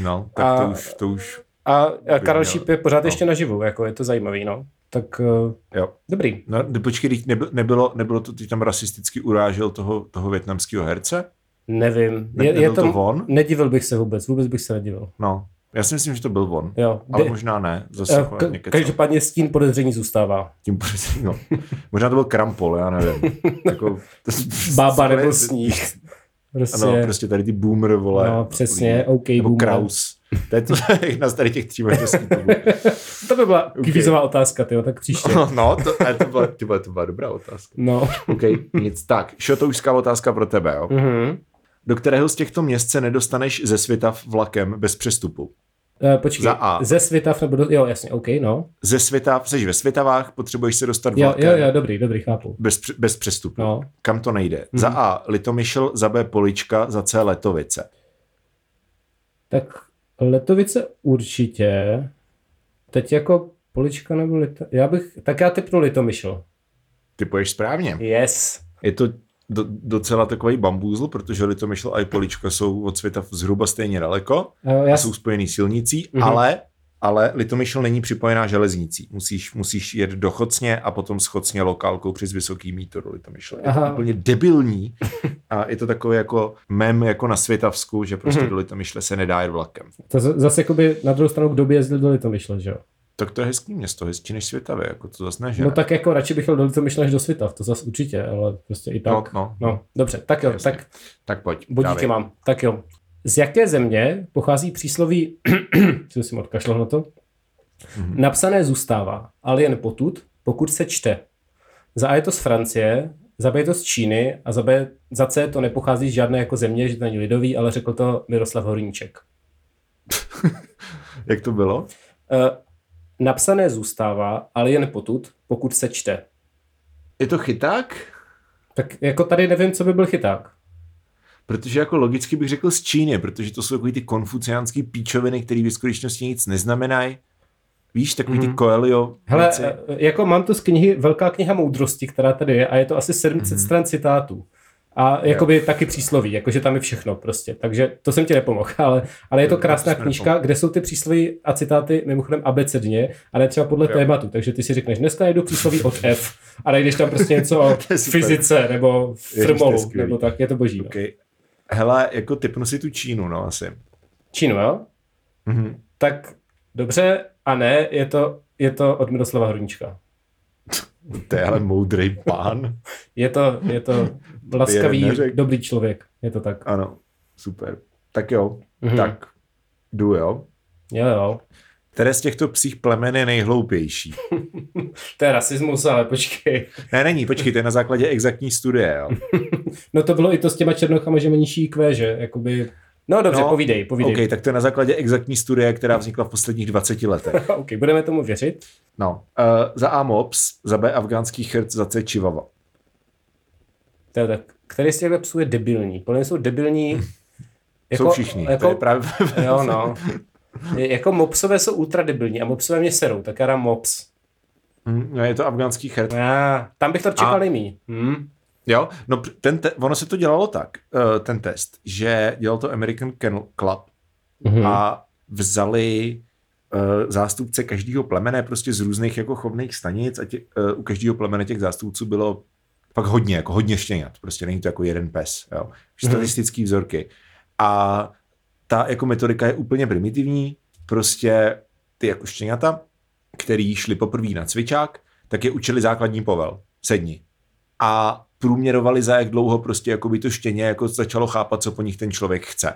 no, tak a... to A- už, to už, A a Karel měl- Šíp je pořád no. ještě naživu, jako je to zajímavý, no. Tak eh, jo. dobrý. No, ne- počkej, teď nebyl, nebylo, nebylo to, ty tam rasisticky urážel toho, toho větnamského herce? Nevím. Ne- je, je nebyl to, to on? Nedivil bych se vůbec, vůbec bych se nedivil. No, já si myslím, že to byl on. Jo. Ale Kdy- možná ne, zase eh, uh, Ka- každopádně stín podezření zůstává. tím prostě, no. Možná to byl krampol, já nevím. jako, to, Bába to- nebo sníh. Prostě, Ano, prostě tady ty boomer, vole. No, přesně, OK, nebo boomer. Kraus. To je to, jedna z tady těch tří prostě. možností. to bude. To by byla okay. kvízová otázka, tyjo, tak příště. No, to, ale to, byla, ty vole, to byla dobrá otázka. No. OK, nic. Tak, šotoušská otázka pro tebe, jo. Mhm. Do kterého z těchto měst se nedostaneš ze světa vlakem bez přestupu? Eh, počkej, Za A. ze Svitav nebo do, jo, jasně, OK, no. Ze světa, jsi ve světavách, potřebuješ se dostat Jo, vlakem jo, jo, dobrý, dobrý, chápu. Bez, pře- bez přestupu. No. Kam to nejde? Mm-hmm. Za A Litomyšl, za B Polička, za C Letovice. Tak Letovice určitě. Teď jako Polička nebo Lito... Já bych, tak já typnu Litomyšl. Ty poješ správně. Yes. Je to do, docela takový bambůzl, protože Litomyšl a Polička jsou od světa zhruba stejně daleko Jo, a já, jsou spojený silnicí, Mhm. mm-hmm. ale ale Litomyšl není připojená železnicí. Musíš, musíš jet do Chocně a potom z Chocně lokálkou přes Vysoký mýto do Litomyšle. Je Aha. to úplně debilní a je to takové jako mem jako na Světavsku, že prostě Mhm. mm-hmm. do Litomyšle se nedá jet vlakem. to z- zase jakoby na druhou stranu, kdo by jezdil do Litomyšle, že jo? Tak to je hezký město, hezčí než Světavě, jako to zase ne, že No ne? tak jako radši bych jel do Litomyšle než do Svitav, to zase určitě, ale prostě i tak. No, no. no dobře, tak jo, Jasně. tak Tak pojď. Bodíky dávej. mám. Tak jo. Z jaké země pochází přísloví, jsem si odkašlal na to, Mhm. napsané zůstává, ale jen potud, pokud se čte. Za A je to z Francie, za B je to z Číny a za, B, za C to nepochází z žádné jako země, že to není lidový, ale řekl to Miroslav Horníček. Jak to bylo? Eh, napsané zůstává, ale jen potud, pokud se čte. Je to chyták? Tak jako tady nevím, co by byl chyták. Protože jako logicky bych řekl z Číny, protože to jsou takový ty konfuciánský píčoviny, které ve skutečnosti nic neznamenají. Víš, takový mm-hmm. ty Coelho Mhm. Hele, věci. eh, jako mám to z knihy Velká kniha moudrosti, která tady je a je to asi 700 Mhm. mm-hmm. stran citátů. A jakoby taky přísloví, jakože tam je všechno prostě. Takže to jsem ti nepomohl, ale, ale je to Ne, krásná to jsme knížka, nepomohli. kde jsou ty přísloví a citáty mimochodem abecedně, ale třeba podle Jo. tématu. Takže ty si řekneš, dneska najdu přísloví od F a najdeš tam prostě něco o To je super. fyzice nebo to je firmolu, skvělý. nebo tak, je to boží. No. okay. Hele, jako typnu si tu Čínu, no asi. Čínu, jo? Mhm. Mm-hmm. Tak dobře a ne, je to, je to od Miroslava Hrníčka. To je ale moudrý pán. Je to, je to laskavý, neřekl. dobrý člověk. Je to tak. Ano, super. Tak jo, Mhm. mm-hmm. tak jdu, jo. Jo, jo. Které z těchto psích plemen je nejhloupější? To je rasismus, ale počkej. Ne, není, počkej, to je na základě exaktní studie, jo. No to bylo i to s těma černochama, že mají nižší IQ, že? Jakoby... No dobře, no, No, povídej, povídej. OK, tak to je na základě exaktní studie, která vznikla v posledních 20 letech. okay, budeme tomu věřit. No, uh, za A mops, za B afgánský chrc, za C čivava. To je tak. Který z těchto psů je debilní? Podle mě jsou debilní... Jako, Jsou všichni, jako, to je právě... Jo, no. Je- Jako mopsové jsou ultra debilní a mopsové mě serou, tak já dám mops. Hm, no, je to afgánský chrc. Já, tam bych to čekal nejmí. Hm? Jo, no pr- ten te- ono se to dělalo tak, uh, ten test, že dělal to American Kennel Club Mhm. a vzali uh, zástupce každého plemene prostě z různých jako chovných stanic a tě, uh, u každého plemene těch zástupců bylo fakt hodně, jako hodně štěňat, prostě není to jako jeden pes, jo. Statistický vzorky. A ta jako metodika je úplně primitivní, prostě ty jako štěňata, který šli poprvé na cvičák, tak je učili základní povel, sedni. A průměrovali za jak dlouho prostě jako by to štěně jako začalo chápat, co po nich ten člověk chce.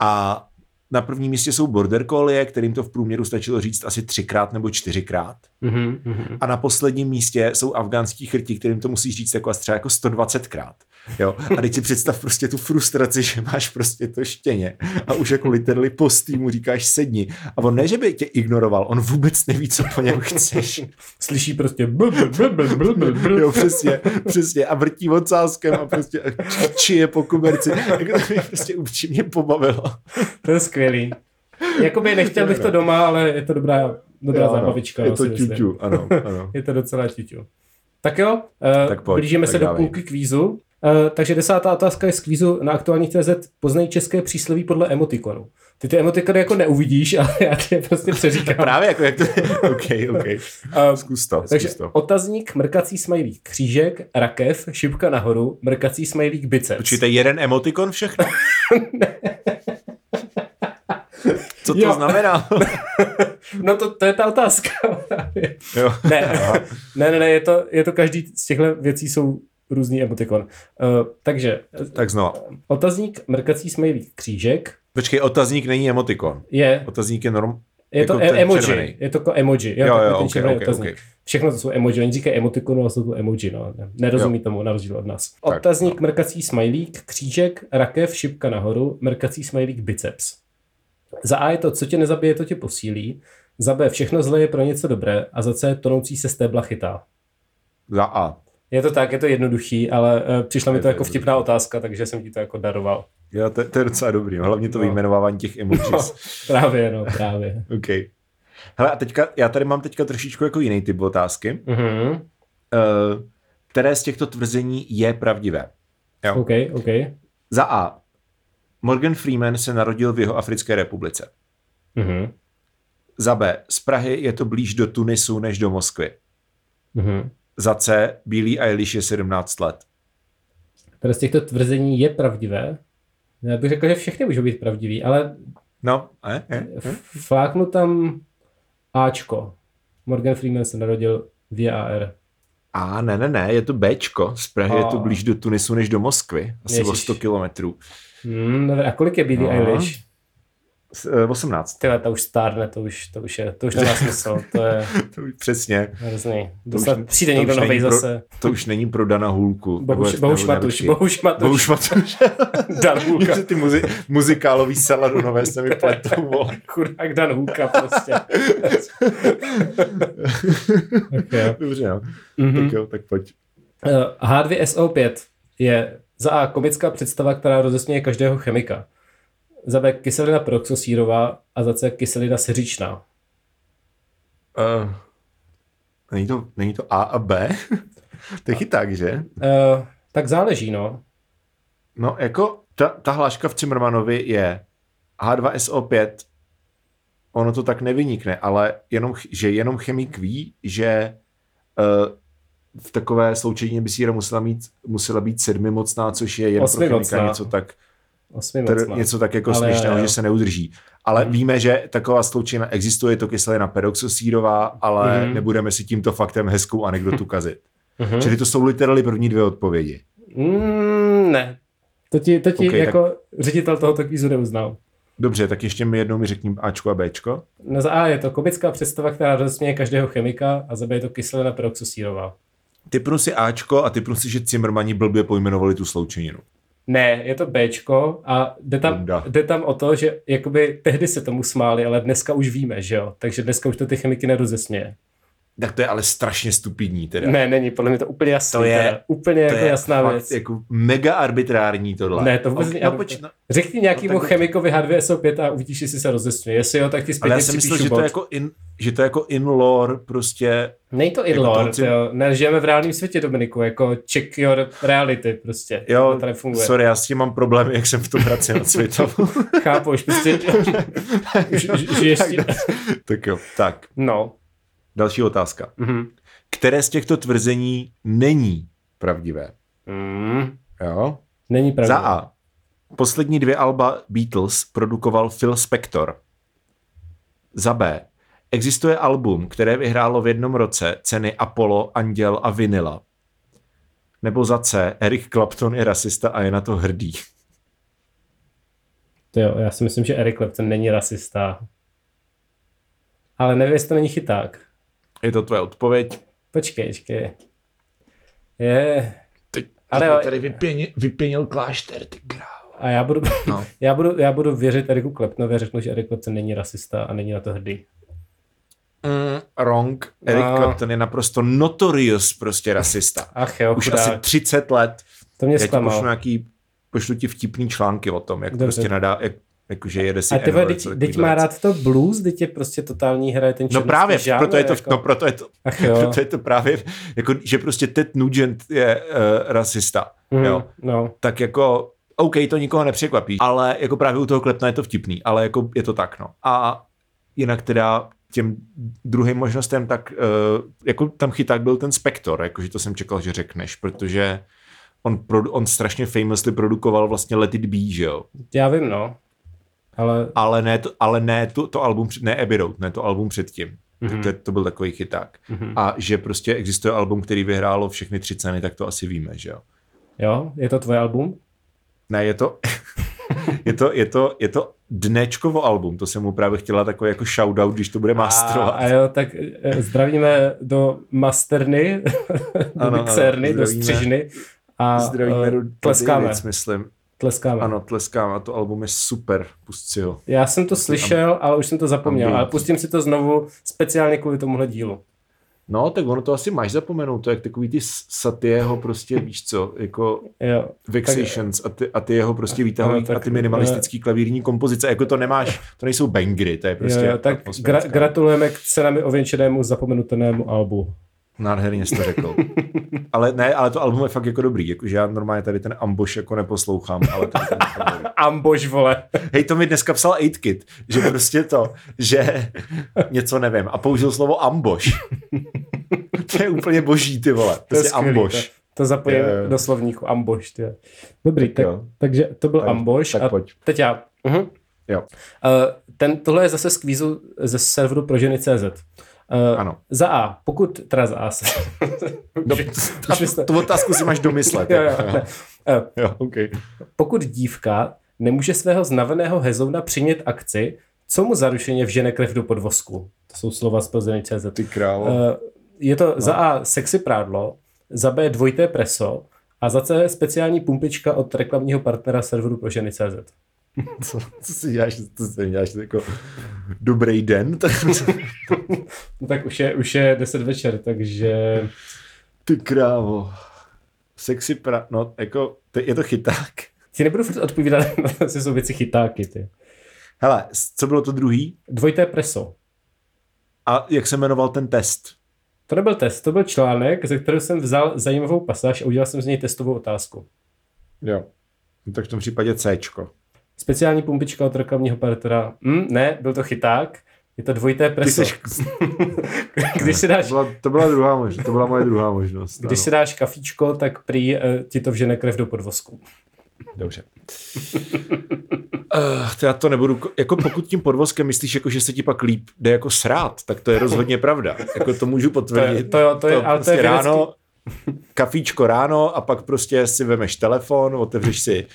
A na prvním místě jsou border collie, kterým to v průměru stačilo říct asi třikrát nebo čtyřikrát. Mhm, mhm. A na posledním místě jsou afgánský chrti, kterým to musíš říct jako asi třeba jako 120krát. Jo? A teď si představ prostě tu frustraci, že máš prostě to štěně a už jako literally postý mu říkáš sedni. A on ne, že by tě ignoroval, on vůbec neví, co po něm chceš. Slyší prostě bl, bl, bl, bl, bl, bl, bl. Jo, přesně, přesně. A vrtí ocáskem a prostě č- čije po komerci. Jako to mě prostě upřímně pobavilo. To je skvělý. Jakoby nechtěl bych to doma, ale je to dobrá, dobrá Jo, ano. zábavička. Je no, to si myslím. ťuťu, ano, ano. Je to docela ťuťu. Tak jo, uh, tak Tak pojď, pojď, blížíme tak se do dávej. půlky kvízu. Uh, takže desátá otázka je z kvízu na aktuální CZ. Poznej české přísloví podle emotikonu. Ty ty emotikony jako neuvidíš, ale já ti je prostě přeříkám. Právě jako jak to... OK, OK. Uh, Zkus to, takže zkus to. otazník, mrkací smajlík, křížek, rakev, šipka nahoru, mrkací smajlík, biceps. Počkej, to je jeden emotikon všechno? Co to Jo. znamená? No to, to je ta otázka. jo. Ne, ne, ne, ne je, to, je to každý z těchto věcí jsou různý emotikon. Uh, takže eh, Tak znova. otazník, mrkací smajlík, křížek Počkej, otazník není emotikon. je, Otazník je norm... je to jako e- ten emoji. červený. Je to jako emoji. Jo, Jo, jo, jo, ten ok, červený ok, otazník. ok. Všechno to jsou emoji. Oni říkají emotikonu, ale jsou to emoji. No. Nerozumí tomu, na rozdíl od nás. Tak, no. otazník, mrkací smajlík, křížek, rakev, šipka nahoru, mrkací smajlík, biceps. Za A je to, co tě nezabije, to tě posílí. Za B, všechno zlé je pro něco dobré. A za C, tonoucí se stébla chytá. Za A. Je to tak, je to jednoduchý, ale eh, přišla mi Je to to jako jednoduchý. vtipná otázka, takže jsem ti to jako daroval. Jo, to, to je docela dobrý. Hlavně to No. vyjmenovávání těch emojis. Právě, no, právě. OK. Hele, a teďka, já tady mám teďka trošičku jako jiný typ otázky. Mhm. Uh, které z těchto tvrzení je pravdivé. Jo. OK, OK. Za A. Morgan Freeman se narodil v jeho Africké republice. Mhm. Za B. Z Prahy je to blíž do Tunisu než do Moskvy. Mhm. Za C. Bílý Eilish je 17 let. Které z těchto tvrzení je pravdivé? Já bych řekl, že všechny můžou být pravdivý, ale No, eh, eh, eh. f- fláknu tam Ačko. Morgan Freeman se narodil v JAR. A ne, ne, ne, je to Bčko. Z Prahy je to A. blíž do Tunisu než do Moskvy. Asi o Ježiš. 100 kilometrů. Hmm, dobré, a kolik je Billie No. no. Eilish? S- eh, 18. Tyhle, ta už stárne, to už, to už je, to už nemá smysl, to je To už přesně. hrozný. To už- Dostat, přijde to někdo už novej není pro- zase. To už není pro Dana Hulku. Bohuš, Nebo- bohuš nebo ne, Matuš, počkej. bohuš Matuš, Bohuš Matuš. Dan Hůlka, Že ty muzi- muzikálový saladonové se mi pletou, vole. chudák Dan Hůlka prostě. tak jo. Dobře, no. Mhm. Tak jo, tak pojď. Eh, H2SO5 je za A komická představa, která rozesměje každého chemika. Za B kyselina peroxosírová a za C kyselina seřičná. Uh, není, to, není to A a B? to je chyták, že? Uh, tak záleží, no. No, jako ta, ta hláška v Cimrmanovi je H2SO5, ono to tak nevynikne, ale jenom, ch- že jenom chemik ví, že uh, v takové sloučenině by síra musela, mít, musela být sedmimocná, což je jen pro chemika Osmimocná. něco tak, Osmimocná. tr, něco tak jako Ale směšného, jo. Mhm. že se neudrží. Ale hmm. víme, že taková sloučenina existuje, je to kyselina peroxosírová, ale hmm. Mhm. nebudeme si tímto faktem hezkou anekdotu kazit. Mhm. Čili to jsou literally první dvě odpovědi. Mm, ne. To ti, to ti Ok, okay, jako tak... ředitel tohoto kvízu neuznal. Dobře, tak ještě mi jednou mi řekni Ačko a Bčko. No za A je to komická představa, která rozesměje každého chemika a za B je to kyselina peroxosírová. Typnu si Ačko a typnu si, že Cimrmani blbě pojmenovali tu sloučeninu. Ne, je to Bčko a jde tam, Bunda. jde tam o to, že jakoby tehdy se tomu smáli, ale dneska už víme, že jo? Takže dneska už to ty chemiky nerozesměje. Tak to je ale strašně stupidní teda. Ne, není, podle mě to úplně jasné. To je- teda, úplně to jako je jasná fakt věc. jako mega arbitrární tohle. Ne, to vůbec Ok, není no, arbitr- poč- no, Řekni nějakému No no, tak- chemikovi H2SO5 a uvidíš, jestli se rozesměje. Jestli jo, tak ti Ale zpětně já jsem myslel, připíšu že bod. to, je jako in, že to je jako in lore prostě Nej to i jako lore, toho, co- jo. Nežijeme v reálném světě, Dominiku, jako check your reality prostě. Jo, to nefunguje. sorry, já s tím mám problémy, jak jsem v tom hradci na Cvitavu. Chápu, už prostě ž- ž- žiješ tak, tím. dal- tak jo, tak. No. Další otázka. Mhm. Které z těchto tvrzení není pravdivé? Mm. Jo? Není pravda. Za A. Poslední dvě alba Beatles produkoval Phil Spector. Za B. Existuje album, které vyhrálo v jednom roce ceny Apollo, Anděl a Vinila. Nebo za C. Eric Clapton je rasista a je na to hrdý. To jo, já si myslím, že Eric Clapton není rasista. Ale nevím, jestli to není chyták. Je to tvoje odpověď? Počkej, počkej. Je, Teď Ale teď mi jo- vypěnil, vypěnil klášter, ty krávo. a já budu, No. no. já, budu, já budu věřit Eriku Claptonovi a řeknu, že Eric Clapton není rasista a není na to hrdý. Mm, wrong. Eric No. Clapton je naprosto notorious prostě rasista. Ach jo, Už chudák. asi 30 let. To mě Já ti pošlu zklamal. nějaký, pošlu ti vtipný články o tom, jak Dobře. prostě nadá, jak, jakože jede si A ty N-word, vole, teď, co teď takovýhle má věci. rád to blues, teď je prostě totální hra, je ten No černostý právě, žánr, proto je to, jako. no proto je to, Ach jo. proto je to právě, jako, že prostě Ted Nugent je uh, rasista, Mhm, jo. No. Tak jako, OK, to nikoho nepřekvapí, ale jako právě u toho klepna je to vtipný, ale jako je to tak, no. A jinak teda těm druhým možnostem, tak uh, jako tam chyták byl ten Spektor, jakože to jsem čekal, že řekneš, protože on, produ- on strašně famously produkoval vlastně Let It Be, že jo. Já vím, no. Ale ale ne, to, ale ne to, to album, před- ne Abbey Road, ne to album předtím. Mm-hmm. To, to byl takový chyták. Mm-hmm. A že prostě existuje album, který vyhrálo všechny tři ceny, tak to asi víme, že jo. jo, je to tvoje album? Ne, je to, je to, je to, je to dnečkovo album, to jsem mu právě chtěla takový jako shoutout, když to bude A, masterovat. a jo, tak eh, zdravíme do masterny, do Ano, ano, ano, mixerny, do zdravíme. střižny a eh, Zdravíme, tleskáme. Davids, myslím. tleskáme. Ano, tleskám a to album je super, pust si ho. Já jsem to slyšel, ale už jsem to zapomněl, Ambient. ale pustím si to znovu speciálně kvůli tomuhle dílu. No, tak ono to asi máš zapomenout, to je jak takový ty s- satieho prostě, víš co, jako Jo. Vexations a ty, a ty jeho prostě výtahový No, tak- a ty minimalistický klavírní kompozice. Jako to nemáš, to nejsou bangry, to je Prostě prostě jo, jo, tak gra- atmosférická. gratulujeme k cenami ověnčenému zapomenutenému albu. Nádherně jsi to řekl. ale ne, ale to album je fakt jako dobrý, jakože já normálně tady ten amboš jako neposlouchám, ale ten, ten je fakt dobrý. Ambož, vole. Hej, to mi dneska psal 8kid, že prostě to, že něco nevím. A použil slovo amboš. to je úplně boží, ty vole. To je je skvělý, amboš. To, to zapojím Jo, jo. do slovníku. Ambož, ty. Dobrý, tak, jo. takže to byl Tak- ambož. tak a pojď. Teď já. Uh-huh. Jo. Uh, ten, tohle je zase z kvízu ze serveru pro ženy CZ. Uh, Ano. Za A, pokud, teda za A se. No, Už- a už byste- tu otázku si máš domyslet. jo, jo, ne. Eh, jo, okay. Pokud dívka nemůže svého znaveného hezouna přimět akci, co mu zarušeně vžene krev do podvozku? To jsou slova z Plzeň CZ. Ty krávo. Eh, Je to za A sexy prádlo, za B dvojité preso a za C speciální pumpička od reklamního partnera serveru pro ženy CZ. co, co si děláš, co si děláš jako dobrý den, tak No tak už je, už je 10 večer, takže ty krávo. Sexy pra, no jako, to, je to chyták. ti nebudu furt odpovídat, jestli jsou věci chytáky. Ty. Hele, s- co bylo to druhý? Dvojité preso. A jak se jmenoval ten test? To nebyl test, to byl článek, ze kterého jsem vzal zajímavou pasáž a udělal jsem z něj testovou otázku. Jo. No, tak v tom případě Cčko. Speciální pumpička od reklamního partnera. Mm, ne, byl to chyták. Je to dvojité Ty preso. seš, Když si to, dáš, byla, to byla druhá možnost, to byla moje druhá možnost. když si dáš kafíčko, tak prý eh, ti to vžene krev do podvozku. Dobře. Uh, to já to nebudu, ko- jako pokud tím podvozkem myslíš, jako že se ti pak líp jde jako srát, tak to je rozhodně pravda. Jako to můžu potvrdit. prostě To je- to jo, to je- ale to je vědecký- ráno, kafíčko ráno a pak prostě si vemeš telefon, otevřeš si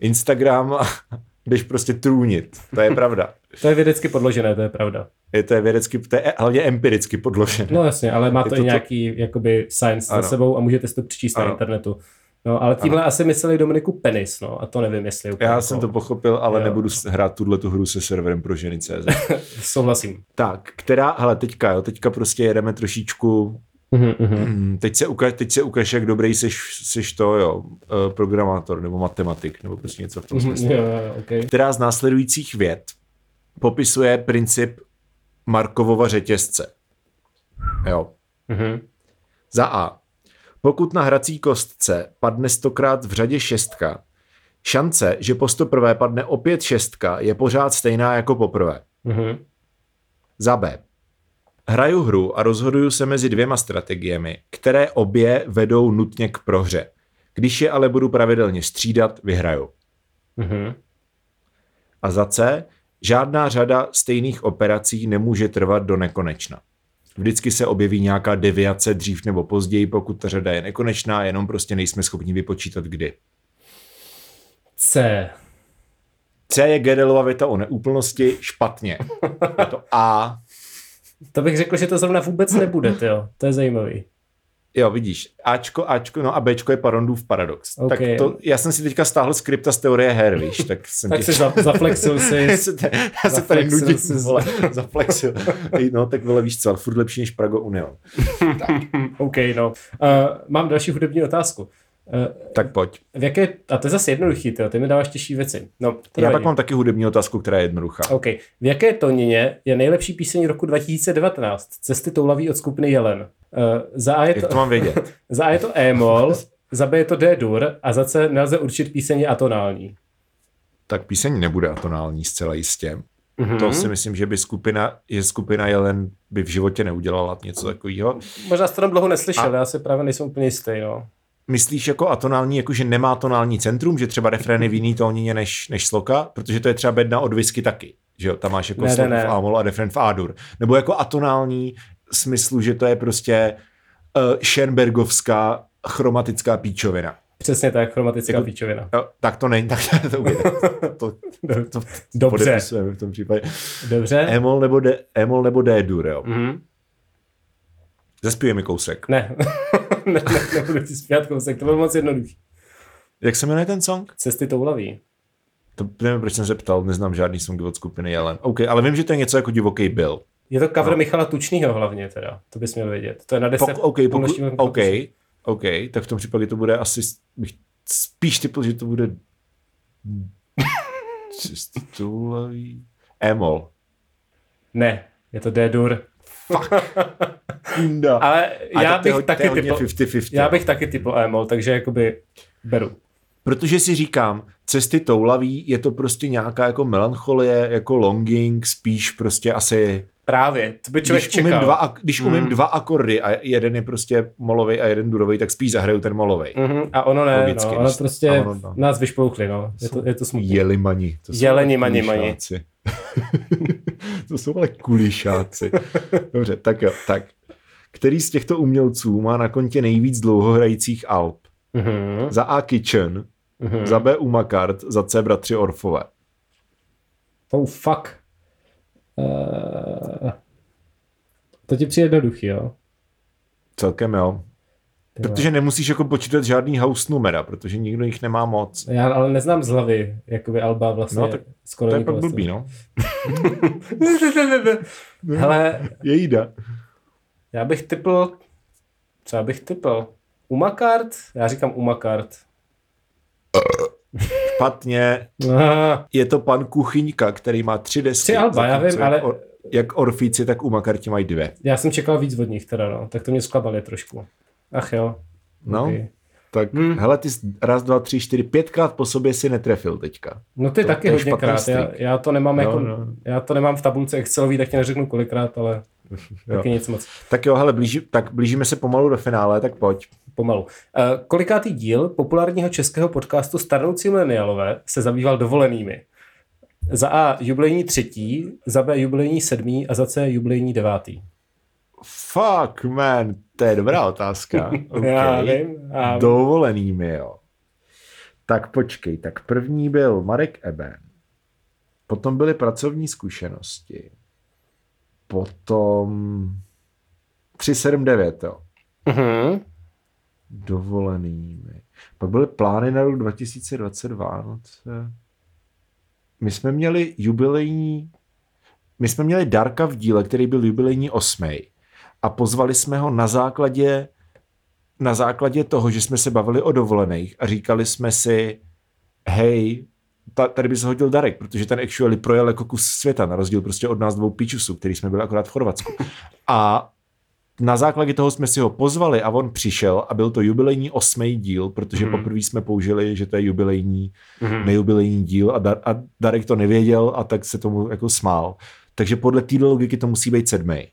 Instagram a jdeš prostě trůnit. To je pravda. To je vědecky podložené, to je pravda. Je to je vědecky, to je hlavně empiricky podložené. No jasně, ale má to, to i to- nějaký jakoby science ano. Ano. za sebou a můžete si to přečíst ano. na Ano. internetu. No, ale tímhle ano. asi mysleli Dominiku Penis, no, a to nevím, jestli úplně. Já jako- jsem to pochopil, ale Jo. nebudu s- hrát tuhle tu hru se serverem pro ženy CZ. Souhlasím. tak, která, hele, teďka, jo, teďka prostě jedeme trošičku Mhm, mhm. Mm, teď, se ukaž, teď se ukaž, jak dobrý jsi, jsi to, jo, eh, programátor nebo matematik, nebo prostě něco v tom smyslu. mhm. Jo, jo, jo, okay. Která z následujících věd popisuje princip Markovova řetězce? Jo. mhm. Za A. Pokud na hrací kostce padne stokrát v řadě šestka, šance, že po stoprvé padne opět šestka, je pořád stejná jako poprvé. Mhm. Za B. Hraju hru a rozhoduju se mezi dvěma strategiemi, které obě vedou nutně k prohře. Když je ale budu pravidelně střídat, vyhraju. Mhm. A za C. Žádná řada stejných operací nemůže trvat do nekonečna. Vždycky se objeví nějaká deviace dřív nebo později, pokud ta řada je nekonečná, jenom prostě nejsme schopni vypočítat kdy. C. C je Gödelova věta o neúplnosti špatně. Je to A. To bych řekl, že to zrovna vůbec nebude, jo. To je zajímavý. Jo, vidíš, Ačko, Ačko, no a Bčko je Parondův paradox. OK. Okay. Tak to, já jsem si teďka stáhl skripta z teorie her, víš, tak jsem Tak ti- si za, zaflexil si. Já se t- já se tady Zaflexil nudím, jsi. vole, zaflexil. Ej, No, tak vole, víš co, ale furt lepší než Prago Union. OK, no. Uh, mám další hudební otázku. Uh, Tak pojď. v jaké, a to je zase jednoduchý, tyjo, ty mi dáváš těžší věci. No, to Já nevadí. pak mám taky hudební otázku, která je jednoduchá. OK. V jaké tonině je nejlepší píseň roku 2019? Cesty toulaví od skupiny Jelen. Uh, za, A je Jak to, to mám vědět? za A je to E-mol, za B je to D-dur a za C nelze určit píseň je atonální. Tak píseň nebude atonální zcela jistě. Mhm. To si myslím, že by skupina, je skupina Jelen by v životě neudělala něco takového. Možná jste tam dlouho neslyšel, a... já si právě nejsem úplně jistý, no. Myslíš jako atonální, jako že nemá tonální centrum, že třeba refrén je v jiný tónině než, než sloka, protože to je třeba bedna od whisky taky, že jo, tam máš jako Ne, ne, sloku ne. v Amol a refrén v Adur. Nebo jako atonální smyslu, že to je prostě uh, Schoenbergovská chromatická píčovina. Přesně tak, chromatická jako... Jako- píčovina. Jo, tak to není, tak to, to, to, to, to Dobře. podepisujeme v tom případě. Dobře? Emol nebo, de, Emol nebo D-dur, jo. Mhm. Zaspívej mi kousek. Ne. ne, ne, nebudu ti zpívat kousek, to bylo moc jednoduchý. Jak se jmenuje ten song? Cesty toulaví. To nevím, proč jsem se ptal, neznám žádný song od skupiny Jelen. OK, ale vím, že to je něco jako divoký byl. Je to cover no. Michala Tučnýho hlavně teda, to bys měl vědět. To je na 10. Pok, OK, pokud, půlnočního OK, pokusu. OK, tak v tom případě to bude asi, bych spíš typl, že to bude Čistoulavý. Emol. Ne, je to D-dur. Fuck. Kunda. Ale A já tak to je bych ho- to je taky hodně typl, 50-50. já bych taky typl EMO, takže jakoby beru. Protože si říkám, cesty toulaví, je to prostě nějaká jako melancholie, jako longing, spíš prostě asi... Právě, to by člověk Když umím, čekal. dva, ak- když umím Mm. dva akordy a jeden je prostě molovej a jeden durovej, tak spíš zahraju ten molovej. Mhm, a ono ne, Logicky, no, když- ono prostě a ono ne. nás vyšplouchli, no. Je to, je to smutné. Jeli mani. To jsou Jeleni ale mani mani. kulišáci. to jsou ale kulišáci. Dobře, tak jo, tak. Který z těchto umělců má na kontě nejvíc dlouhohrajících alb? Mhm, Za A Kitchen, mhm. za B Umakart, za C Bratři Orfové. Oh fuck. Uh, to ti přijde jednoduchý, jo? Celkem jo. Ty vole. Protože nemusíš jako počítat žádný house numera, protože nikdo jich nemá moc. Já ale neznám z hlavy, jakoby Alba vlastně. No, tak skoro To je nikoho pak jsem- blbý, no. Hele, Je jída. já bych typl, co já bych typl? Umakart? Já říkám Umakart. Špatně. Ah, Je to pan Kuchyňka, který má tři desky. Tři alba, já zatímco vím, ale- Jak, or, jak Orfíci, tak Umakarti mají dvě. já jsem čekal víc od nich teda, no. Tak to mě zklamali trošku. Ach jo. No, Okay. tak hmm. hele, ty jsi raz, dva, tři, čtyři, pětkrát po sobě si netrefil teďka. No ty to, To- taky to je hodněkrát. špatný Já, strik. já, to nemám No, jako, no. já to nemám v tabulce Excelový, tak ti neřeknu kolikrát, ale Jo. taky nic moc. Tak jo, hele, blíži, tak blížíme se pomalu do finále, tak pojď. Pomalu. Eh, Kolikátý díl populárního českého podcastu Starnoucí milenialové se zabýval dovolenými? Za A jubilejní třetí, za B jubilejní sedmý a za C jubilejní devátý. Fuck, man, to je dobrá otázka. Já Ok. vím. Já... Do... Dovolenými, jo. Tak počkej, tak první byl Marek Eben, potom byly pracovní zkušenosti, potom 379, jo, Uh-huh. dovolenými. Pak byly plány na rok 2022. Vánoce. My jsme měli jubilejní, my jsme měli Darka v díle, který byl jubilejní osmej. A pozvali jsme ho na základě na základě toho, že jsme se bavili o dovolených a říkali jsme si, hej, ta, tady by se hodil Darek, protože ten actually projel jako kus světa, na rozdíl prostě od nás dvou pičusů, který jsme byli akorát v Chorvatsku. A na základě toho jsme si ho pozvali a on přišel a byl to jubilejní osmý díl, protože Mhm. hmm. poprvé jsme použili, že to je jubilejní, hmm. nejubilejní díl a, Dar- a Darek to nevěděl a tak se tomu jako smál. Takže podle této logiky to musí být sedmý.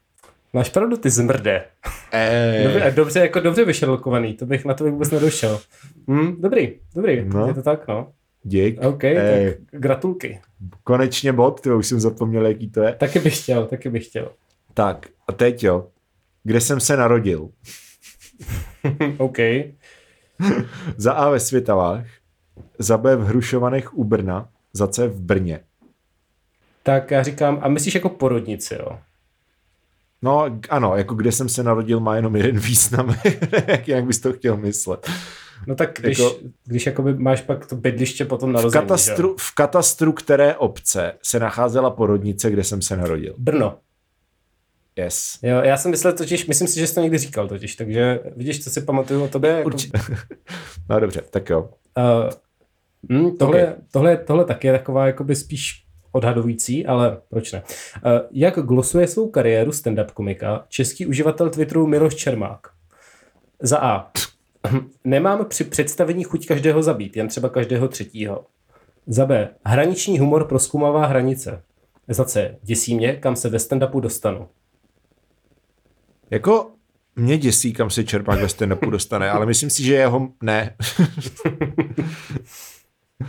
Máš pravdu, ty zmrde. Dobře, Eh. a dobře, jako dobře vyšelkovaný, to bych na to bych vůbec nedošel. Hm, dobrý, dobrý, no. No. je to tak, no. Dík. OK, Eh. tak gratulky. Konečně bod, ty už jsem zapomněl, jaký to je. Taky bych chtěl, taky bych chtěl. Tak, a teď jo. Kde jsem se narodil? OK. Za A ve Světavách, za B v Hrušovanech u Brna, za C v Brně. Tak já říkám, a myslíš jako porodnici, jo? No k- ano, jako kde jsem se narodil má jenom jeden význam, jak, jak bys to chtěl myslet. No tak když, jako, Jako- když jakoby máš pak to bydliště po tom V narození, že jo? katastru, v katastru které obce se nacházela porodnice, kde jsem se narodil? Brno. Yes. Jo, já jsem myslel totiž, myslím si, že jsi to někdy říkal totiž, takže vidíš, co si pamatuju o tobě. Jako, Určitě. No dobře, tak jo. Uh, hm, tohle, okay. Okay. tohle, tohle taky je taková jakoby spíš odhadující, ale proč ne. Uh, jak glosuje svou kariéru stand-up komika český uživatel Twitteru Miloš Čermák? Za A. Nemám při představení chuť každého zabít, jen třeba každého třetího. Za B. Hraniční humor proskumává hranice. Za C. Děsí mě, kam se ve stand-upu dostanu. Jako mě děsí, kam se Čermák ve stand dostane, ale myslím si, že jeho ne.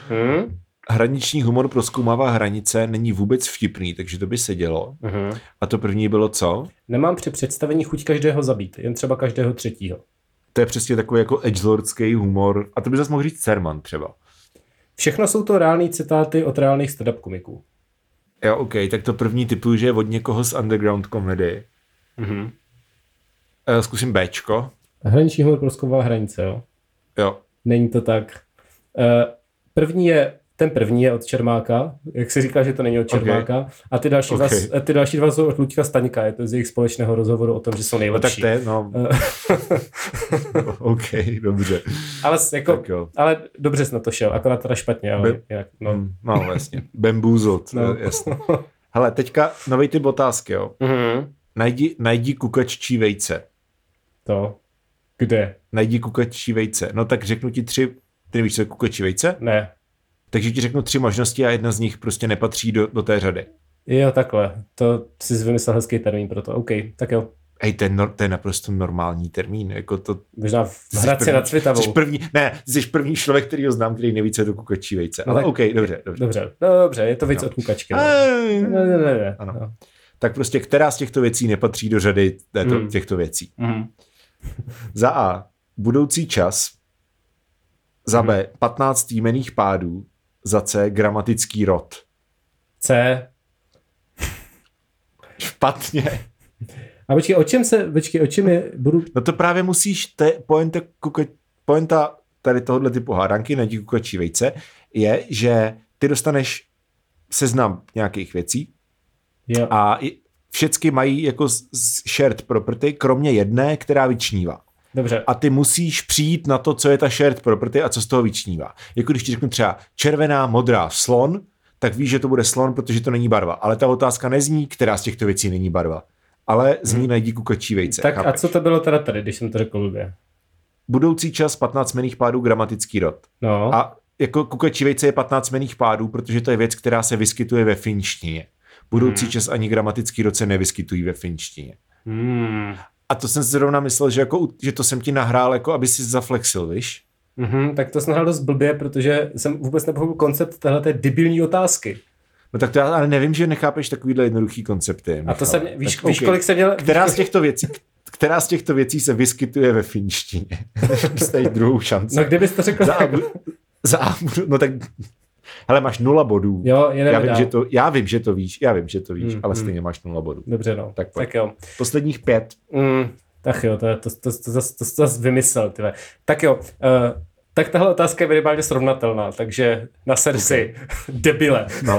Hmm? Hraniční humor proskoumává hranice, není vůbec vtipný, takže to by se dělo. Mhm. A to první bylo co? Nemám při představení chuť každého zabít, jen třeba každého třetího. To je přesně takový jako edgelordský humor. A to by zase mohl říct Serman třeba. Všechno jsou to reální citáty od reálných stand-up komiků. Jo, OK, tak to první typu, že je od někoho z underground komedy. Mhm. E, zkusím Bčko. Hraniční humor prosková hranice, jo? Jo. Není to tak. Eh, První je, ten první je od Čermáka, jak si říká, že to není od Čermáka. Okay. A ty další, okay. Okay. dva, eh, ty další dva jsou od Luďka Staňka, je to z jejich společného rozhovoru o tom, že jsou No tak nejlepší. to je, no. OK, dobře. ale, s- jako, Tak jo. ale dobře jsi na to šel, akorát teda špatně, ale By- jinak, no. Hm, No, jasně. Bambuzled, No. no. jasně. Hele, teďka nový typ otázky, jo. Mm-hmm. Najdi, najdi kukaččí vejce. To. Kde? Najdi kukaččí vejce. No tak řeknu ti tři, ty nevíš, co je kukaččí vejce? Ne. Takže ti řeknu tři možnosti a jedna z nich prostě nepatří do, do té řady. Jo, takhle. To jsi vymyslel hezký termín pro to. OK, tak jo. Hej, to je, nor, to je naprosto normální termín. Jako to, Možná v Hradci nad Svitavou. jsi první, ne, jsi první člověk, který ho znám, který neví, co je to kukačí vejce. No, No Ale tak- OK, dobře, dobře. Dobře, no, dobře, je to věc No. od kukačky. No. Ej. Ne, ne, ne, ne. Ano. No. Tak prostě, která z těchto věcí nepatří do řady této, Mm. těchto věcí? Mhm. Za A. Budoucí čas. Za B. 15 jmených pádů. Za C. Gramatický rod. C. Špatně. A počkej, o čem se, počkej, o čem je, budu, No to právě musíš, te, pointa, kuka, pointa tady tohohle typu hádanky na díku kočí vejce je, že ty dostaneš seznam nějakých věcí jo, a i- všecky mají jako s- s- shared property, kromě jedné, která vyčnívá. dobře, a ty musíš přijít na to, co je ta shared property a co z toho vyčnívá. Jako když ti řeknu třeba červená, modrá, slon, tak víš, že to bude slon, protože to není barva. Ale ta otázka nezní, která z těchto věcí není barva. Ale zní hmm. najdí kukačí vejce. tak a chápeš? co to bylo teda tady, když jsem to řekl blbě? Budoucí čas 15 mených pádů gramatický rod. No, A jako kukačí vejce je 15 mených pádů, protože to je věc, která se vyskytuje ve finštině. Budoucí hmm. čas ani gramatický rod se nevyskytují ve finštině. hmm. A to jsem si zrovna myslel, že, jako, u- že to jsem ti nahrál, jako aby si zaflexil, víš? Mhm, tak to jsem hrál dost blbě, protože jsem vůbec nepochopil koncept téhleté debilní otázky. No tak to já ale nevím, že nechápeš takovýhle jednoduchý koncepty. A to Michale. jsem, víš, Tak víš OK. kolik jsem měl... Která víš, z těchto věcí, která z těchto věcí se vyskytuje ve finštině? Dostaneš druhou šanci. No kdybys to řekl... za, A tak- bu- za, A budu- no tak, hele, máš nula bodů. Jo, jedeme já vím, dál. že to, já vím, že to víš, já vím, že to víš, Mm, mm, ale mm. stejně máš nula bodů. Dobře, no. Tak Tak, pojď. tak jo. Posledních pět. Mm, tak jo, to, to, to, to, zas- to, to zas vymyslel, tyhle. Tak jo, uh, tak tahle otázka je minimálně srovnatelná, takže na sersi, debile. No,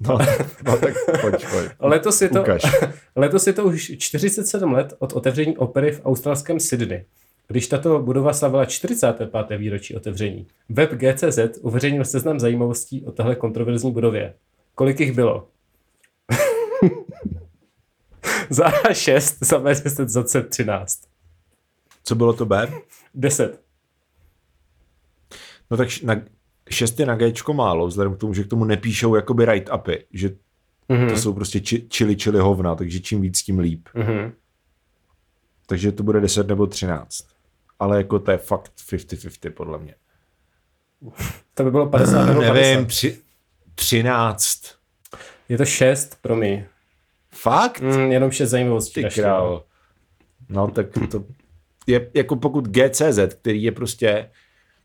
no, no tak pojď, pojď. Letos je, to, Ukaž. letos je to už 47 let od otevření opery v australském Sydney. Když tato budova slavila 45. výročí otevření, web GCZ uveřejnil seznam zajímavostí o téhle kontroverzní budově. Kolik jich bylo? za A6, za B10, za C13. Co bylo to B? 10. No tak š- na, šest je na Gčko málo, vzhledem k tomu, že k tomu nepíšou jakoby write-upy, že mm-hmm. to jsou prostě či, čili čili hovna, takže čím víc, tím líp. Mhm. Takže to bude 10 nebo 13. Ale jako to je fakt 50-50 podle mě. To by bylo 50 nebo 50. Nevím, tři, 13. Je to 6, promiň. Fakt? Mm, jenom 6 zajímavostí. Ty našli. král. No tak to je jako pokud GCZ, který je prostě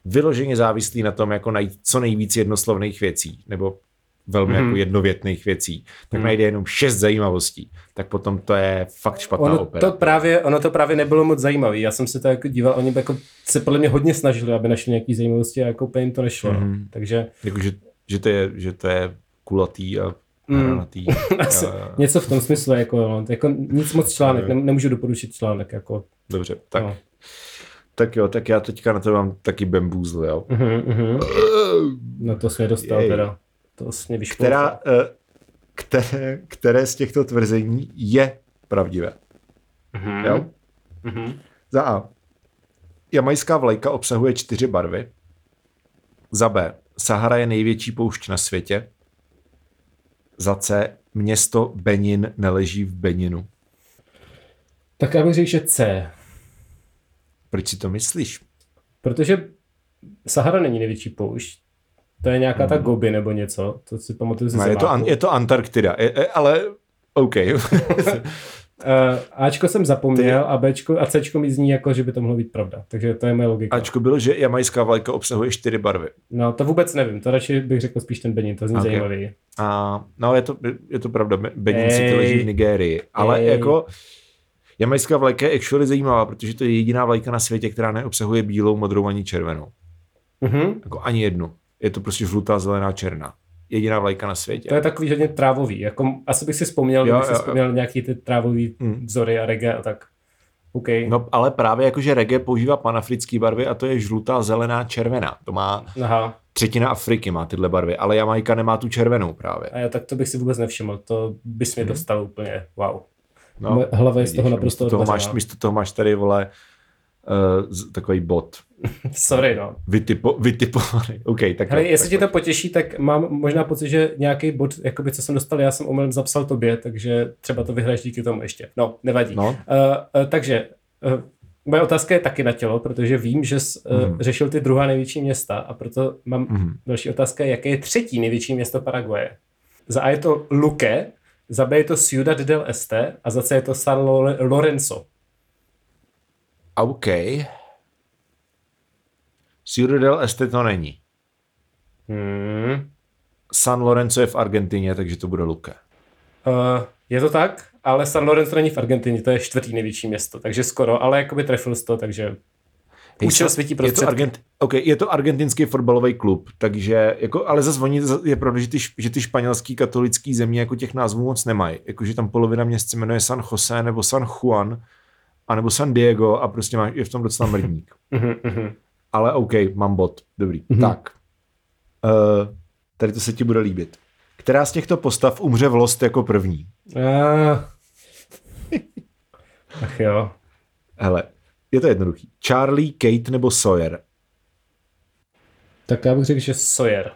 vyloženě závislý na tom, jako najít co nejvíc jednoslovných věcí, nebo velmi mm-hmm. jako jednovětných věcí, tak mm-hmm. najde jenom šest zajímavostí, tak potom to je fakt špatná Ono opera. to, právě, ono to právě nebylo moc zajímavé. Já jsem se to jako díval, oni by jako se podle mě hodně snažili, aby našli nějaký zajímavosti a jako úplně jim to nešlo. Mm-hmm. Takže Jako, že, že, to je, že to je kulatý a hranatý. Mhm. asi A- něco v tom smyslu, jako, no, jako nic moc článek, ne, nemůžu doporučit článek. Jako. Dobře, tak. No. No. Tak jo, tak já teďka na to mám taky bambůzl, jo. Mhm, mhm. No to jsi mě dostal Jej. teda. To vlastně jsi mě vyšpouchal. Která, eh, které, které z těchto tvrzení je pravdivé? Mm-hmm. Jo? Mm-hmm. Za A. Jamajská vlajka obsahuje čtyři barvy. Za B. Sahara je největší poušť na světě. Za C. Město Benin neleží v Beninu. Tak já bych řekl, že C. Proč si to myslíš? Protože Sahara není největší poušť. To je nějaká ta Gobi nebo něco, to si pamatuju ze No, Mhm. je, to, an, zemáku. je to Antarktida, je, je, ale OK. Eh, Ačko jsem zapomněl a Bčko a Cčko mi zní jako, že by to mohlo být pravda. Takže to je moje logika. Ačko bylo, že jamajská vlajka obsahuje čtyři barvy. No to vůbec nevím, to radši bych řekl spíš ten Benin, to zní Ok. okay. zajímavý. A, no, je to, je to pravda, Be- Benin City Ej. leží v Nigérii, ale Ej. Ej. jako jamajská vlajka je actually zajímavá, protože to je jediná vlajka na světě, která neobsahuje bílou, modrou ani červenou. Mhm. Jako ani jednu. Je to prostě žlutá, zelená, černá. Jediná vlajka na světě. To je takový hodně trávový, jako asi bych si vzpomněl, Jo, kdybych si jo, jo. vzpomněl nějaký ty trávový Mm. vzory a reggae a tak. OK. No. No, ale právě jakože reggae používá panafrické barvy a to je žlutá, zelená, červená. To má Aha, třetina Afriky má tyhle barvy, ale Jamajka nemá tu červenou právě. a já, tak to bych si vůbec nevšiml, to bys mě dostal úplně, wow. Moje hlava je z toho Mhm. No, vidíš, naprosto místo toho, máš, odvařená. místo toho máš tady, vole, uh, z- takový bot. Sorry, no. Vytypo, vytipovaný. OK, tak Hele, jo, jestli tak tě pojď. to potěší, tak mám možná pocit, že nějaký bod, jakoby, co jsem dostal, já jsem omylem zapsal tobě, takže třeba to vyhraješ díky tomu ještě. No, nevadí. No. Uh, uh, takže uh, moje otázka je taky na tělo, protože vím, že jsi uh, Mhm. řešil ty druhá největší města a proto mám Mhm. další otázka, je, jaké je třetí největší město Paraguaje? Za A je to Luque, za B je to Ciudad del Este a za C je to San Lore- Lorenzo. OK. Ciudad del Este to není. Hmm. San Lorenzo je v Argentině, takže to bude Luque. Uh, je to tak, ale San Lorenzo není v Argentině, to je čtvrtý největší město, takže skoro, ale jakoby trefil jsi to, takže účel světí je to, prostředky. Argent, okay, je to argentinský fotbalový klub, takže jako, ale zase oni, je pravda, že ty, š- že ty španělský katolický země jako těch názvů moc nemají. Jakože tam polovina měst se jmenuje San Jose nebo San Juan a nebo San Diego a prostě má, je v tom docela mrdník. ale OK, mám bod. Dobrý. Tak. Uh, tady to se ti bude líbit. Která z těchto postav umře v Lost jako první? Uh. Ach jo. Hele, je to jednoduchý. Charlie, Kate nebo Sawyer? Tak já bych řekl, že Sawyer.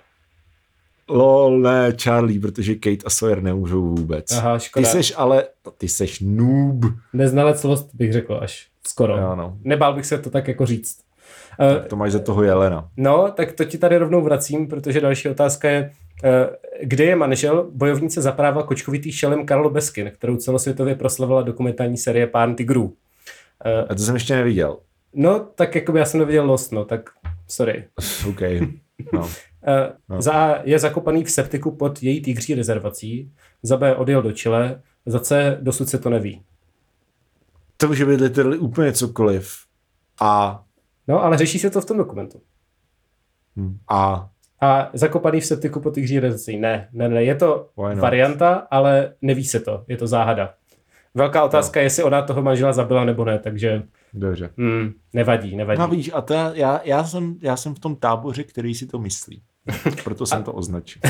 Lol, ne, Charlie, protože Kate a Sawyer nemůžou vůbec. Aha, škoda. Ty seš ale, ty seš noob. Neznalec Lost bych řekl až. Skoro. Jo, no. Nebál bych se to tak jako říct. Uh, To máš za toho Jelena. no, tak to ti tady rovnou vracím, protože další otázka je, eh, kde je manžel bojovnice za práva kočkovitý šelem Karlo Beskin, kterou celosvětově proslavila dokumentární série Pán tigrů. Eh, A to jsem ještě neviděl. No, tak jako já jsem neviděl Lost, no, tak sorry. OK. No. Eh, Za A je zakopaný v septiku pod její tygří rezervací, za B odjel do Chile, za C dosud se to neví. To může být literally úplně cokoliv. A, No, ale řeší se to v tom dokumentu. a, A zakopaný v septiku pod tygří rezervací, ne, ne, ne, je to Why not? varianta, ale neví se to, je to záhada. Velká otázka, no. jestli ona toho manžela zabila nebo ne, takže dobře. hmm, nevadí, nevadí. No víš, a to já- já, já, jsem, já jsem v tom táboře, který si to myslí. Proto jsem to označil.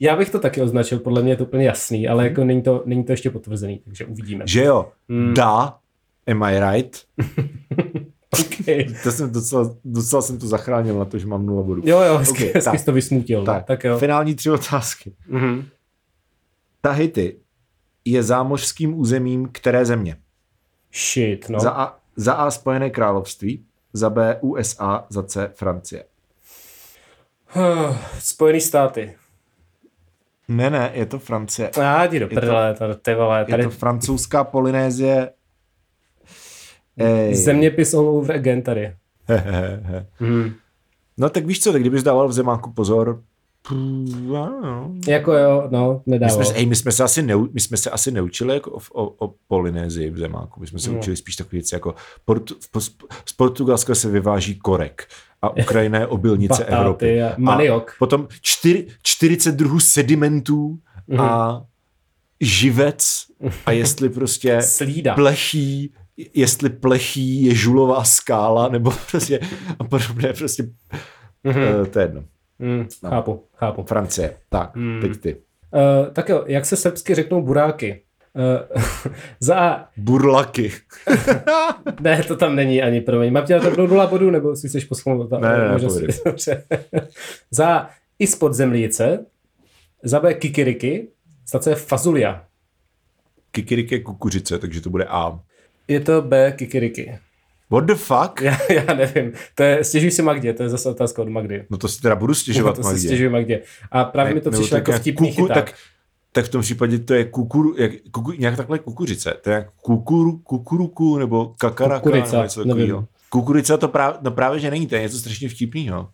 Já bych to taky označil, podle mě je to úplně jasný, ale jako není to, není to ještě potvrzený, takže uvidíme. Že jo? Da, am I right? Okay. To jsem docela, docela jsem to zachránil na to, že mám nula bodů. Jo, jo, hezky, Ok, okay, hezky tak. jsi to vysmutil. Tak, Mhm. Tak, tak jo. No, finální tři otázky. Mm-hmm. Tahiti je zámořským územím které země? Shit, no. No. Za, Za... a, za A Spojené království, za B USA, za C Francie. Ah, Spojený státy. No, Ne, ne, je to Francie. Já jdi do to- prdele, tady, ty vole, Je tady to francouzská Polynézie. Ej. zeměpis all over again tady. mm. No tak víš co, tak kdybys dával v zemáku pozor, Pů, já nevím. Jako jo, no, My nedávalo. jsme, se- hej, my, jsme se asi neu, my jsme se asi neučili jako o, o, o Polynézii v Zemáku. My jsme se No. učili spíš takové věci jako portu, v, pos- z Portugalska se vyváží korek a Ukrajina je obilnice Patáty Evropy. a maniok. potom čtyři, 40 druhů sedimentů Mhm. a živec a jestli prostě Slída. plechý, jestli plechý je žulová skála nebo prostě a podobné prostě Mhm. mm-hmm. to je jedno. Mm, no. Chápu, chápu. Francie. Tak, Hmm. mm. teď ty. Uh, tak jo, jak se srbsky řeknou buráky? Uh, za A, Burlaky. ne, to tam není ani, promiň. Mám tě na to do nula bodů, nebo si chceš poslovat? Ne, ne, ne, povídej. dobře. za A, i spod zemlíce, za B, kikiriky, za C, fazulia. Kikirik je kukuřice, takže to bude A. Je to B, kikiriky. What the fuck? Já, já nevím. To je, stěžuj si Magdě, to je zase otázka od Magdy. No to si teda budu stěžovat, to Magdě. si stěžuj Magdě. A právě mi to Nebo přišlo tak jako nějak vtipný kuku- chyták. tak, tak v tom případě to je kukuru, jak, kuku, nějak takhle kukuřice. To je jak kukuru, kukuruku nebo kakaraka Kukurica, nebo něco nevím. takového. Kukurica to právě, no právě, že není, to je něco strašně vtipného.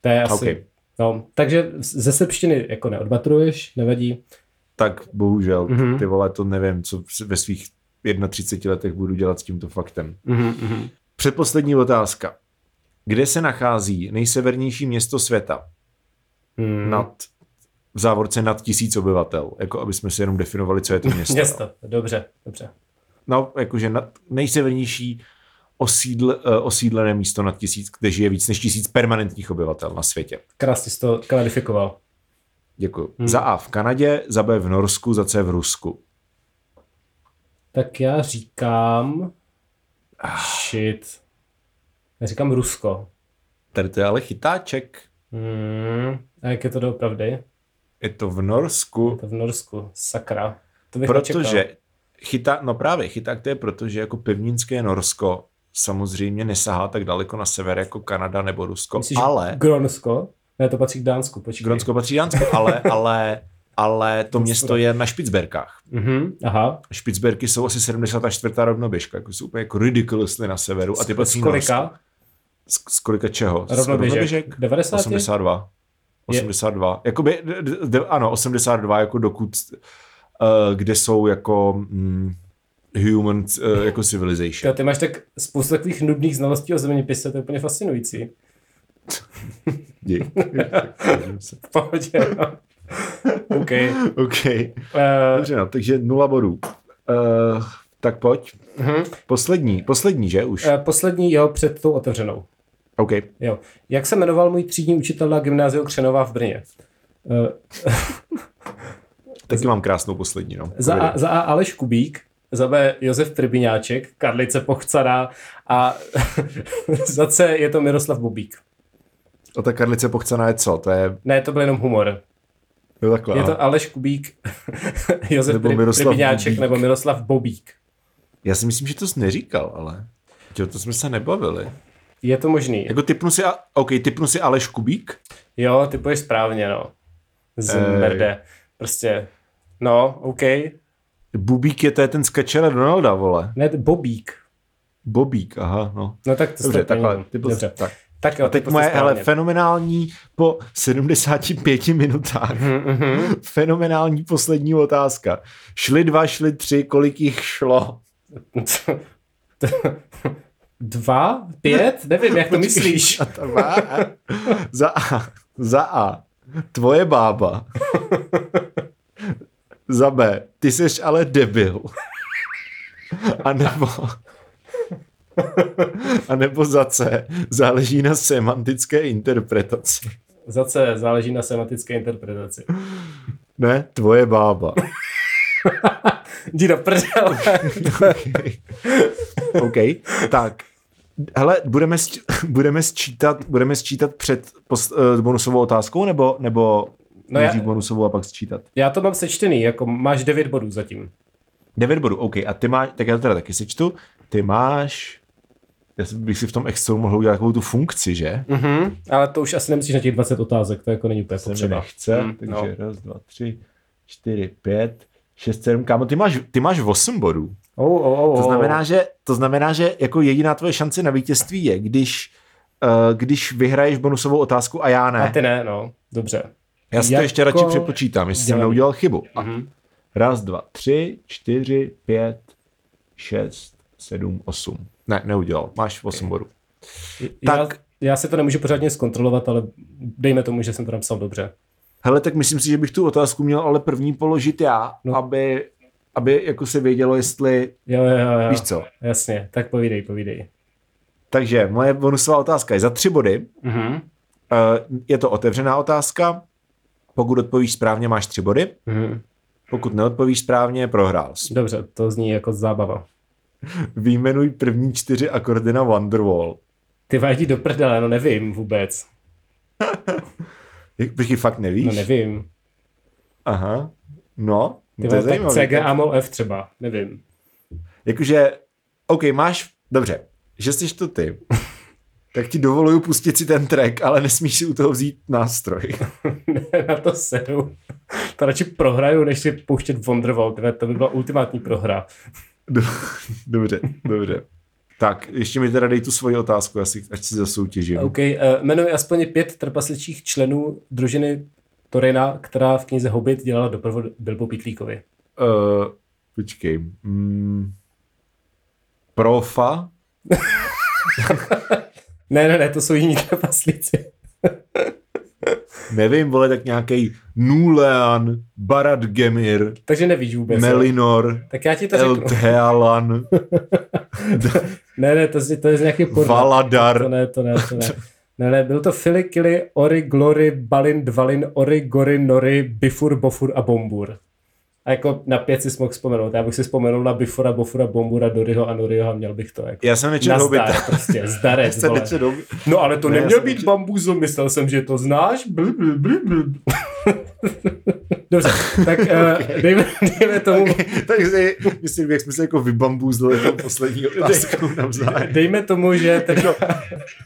To je asi... Ok. No, takže ze srbštiny jako neodmatruješ, nevadí. Tak bohužel, Mhm. mm-hmm. ty vole, to nevím, co ve svých 31 letech budu dělat s tímto faktem. Mm-hmm. Předposlední otázka. Kde se nachází nejsevernější město světa? Mm. Nad, v závorce nad tisíc obyvatel. Jako aby jsme si jenom definovali, co je to město. Město, dobře, dobře. No, jakože nad, nejsevernější osídl, eh, osídlené místo nad tisíc, kde žije víc než tisíc permanentních obyvatel na světě. Krásně jsi to klarifikoval. Děkuji. Hmm. Za A v Kanadě, za B v Norsku, za C v Rusku. Tak já říkám... Ah. Shit. Já říkám Rusko. Tady to je ale chytáček. Hmm. A jak je to doopravdy? Je to v Norsku, Je to v Norsku. Sakra. To bych nečekal. protože jako chytá, no právě chyták to je proto, že jako pevninské Norsko samozřejmě nesahá tak daleko na sever jako Kanada nebo Rusko, Myslíš, ale Gronsko? Ne, to patří k Dánsku, počkej. Gronsko patří Dánsko, ale, ale, ale to město je na Špicberkách. Mhm, aha. Špicberky jsou asi 74. rovnoběžka, jako jsou úplně jako ridiculously na severu a ty patří Z Norsko. kolika? Z, z kolika čeho? Z Rovnoběžek. 90? 82. 82. Jakoby, d- d- d- ano, 82, jako dokud, eh, kde jsou jako mm, human, eh, jako civilization. Jo, ty máš tak spoustu takových nudných znalostí o zeměpise, to je úplně fascinující. Dí. V pohodě, no. OK. Eh, OK. Uh, Dobře, no, takže nula bodů. Uh, tak pojď. Mhm. Poslední, poslední, že Eh. už? poslední, jo, před tou otevřenou. OK. Jo. Jak se jmenoval můj třídní učitel na gymnáziu Křenová v Brně? Uh, Taky mám krásnou poslední, no. za, a, za A Aleš Kubík, za B Josef Trbiňáček, Karlice Pochcaná a za C je to Miroslav Bobík. A ta karlice pochcená je co? To je, Ne, to byl jenom humor. jo, takhle. no. Je aha. to Aleš Kubík, Josef Nebo Tri- Miroslav Trbiňáček Bobík. nebo Miroslav Bobík. Já si myslím, že to jsi neříkal, ale... Jo, to jsme se nebavili. Je to možný. Jako typnu si, a... OK, typnu si Aleš Kubík. Jo, ty půjdeš správně, no. Eh. Zmerde. Prostě, no, OK. Bubík je, to je ten z Kačera Donalda, vole. Ne, t- Bobík. Bobík, aha, no. No tak to Dobře, jste takhle, plnil. ty byl- Dobře. tak. tak jo, A teď moje, hele, fenomenální po 75 minutách. Mhm, fenomenální poslední otázka. Šli dva, šli tři, kolik jich šlo? Dva? Pět? Nevím, jak to myslíš. A ta má, za A. Za A. Tvoje bába. Za B. Ty seš ale debil. A nebo... A nebo za C. Záleží na semantické interpretaci. Za C, záleží na semantické interpretaci. Ne? Tvoje bába. Jdi do prdele. OK, tak. Hele, budeme, sč- budeme, sčítat, budeme sčítat před pos, eh, bonusovou otázkou, nebo, nebo No no já- nejdřív bonusovou a pak sčítat? Já to mám sečtený, jako máš devět bodů zatím. 9 bodů, OK. A ty máš, tak já to teda taky sečtu, ty máš, já si- bych si v tom Excelu mohl udělat takovou tu funkci, že? Mhm. Ale to už asi nemusíš na těch 20 otázek, to jako není úplně Se mi potřeba. nechce, Mm, takže no. raz, dva, tři, čtyři, pět, šest, sedm, kámo, ty máš, ty máš 8 bodů. Oh, oh, oh, To oh. znamená, že, to znamená, že jako jediná tvoje šance na vítězství je, když, eh, když vyhraješ bonusovou otázku a já ne. A ty ne, no. Dobře. já si to jako- ještě radši přepočítám, jestli jsem Dělej. neudělal chybu. A Mhm. Raz, dva, tři, čtyři, pět, šest, sedm, osm. Ne, neudělal. Máš 8 bodů. Tak. Tak. Já, já si to nemůžu pořádně zkontrolovat, ale dejme tomu, že jsem to napsal dobře. Hele, tak myslím si, že bych tu otázku měl ale první položit já, No. no. aby, aby jako se vědělo, jestli... Jo, jo, jo, jo. Víš co? Jasně, tak povídej, povídej. Takže moje bonusová otázka je za tři body. Mhm. Eh, Je to otevřená otázka. Pokud odpovíš správně, máš tři body. Mhm. Pokud neodpovíš správně, prohrál jsi. Dobře, to zní jako zábava. Výjmenuj první čtyři akordy na Wonderwall. Ty vadí do prdele, no nevím vůbec. Jak- Počkej, fakt nevíš? No nevím. Aha. No, Ty to je vole, tak zajímavé. CG Amol F třeba, nevím. Jakože, OK, máš, dobře, že jsi to ty, tak ti dovoluju pustit si ten track, ale nesmíš si u toho vzít nástroj. Ne, na to sedu. To radši prohraju, než si pouštět Wonderwall, tyhle, to by byla ultimátní prohra. Do- Dobře, dobře. Tak, ještě mi teda dej tu svoji otázku, asi, ať si zasoutěžím. OK, eh, jmenuji aspoň pět trpasličích členů družiny Torina, která v knize Hobbit dělala doprovod Bilbo Pitlíkovi. Uh, počkej. Mm, profa? Ne, ne, ne, to jsou jiní trpaslíci. Nevím, vole, tak nějaký Nulean, Barad Gemir, Takže nevíš vůbec. jo? Melinor, Tak já ti to řeknu. Elthealan, Ne, ne, to, je- to je z nějakého porna. To Valadar. ne, to ne, to ne. Ne, ne, byl to Fili, Kili, Ori, Glory, Balin, Dvalin, Ori, Gory, Nori, Bifur, Bofur a Bombur. A jako na pět si mohl vzpomenout. Já bych si vzpomenul na Bifora, Bofora, Bombura, Doryho a Noryho a měl bych to. Jako Já jsem nečetl na Hobita. zdar prostě, zdarec, Jsem vole. nečetl No ale to Ne, ne, já neměl jsem být nečet- bambuzl, myslel jsem, že to znáš. Bl, bl, bl, bl. Dobře, tak okay. dejme, dejme tomu... Takže myslím, jak jsme se jako vybambuzli jako poslední otázkou navzájem. Dejme tomu, že ten... No.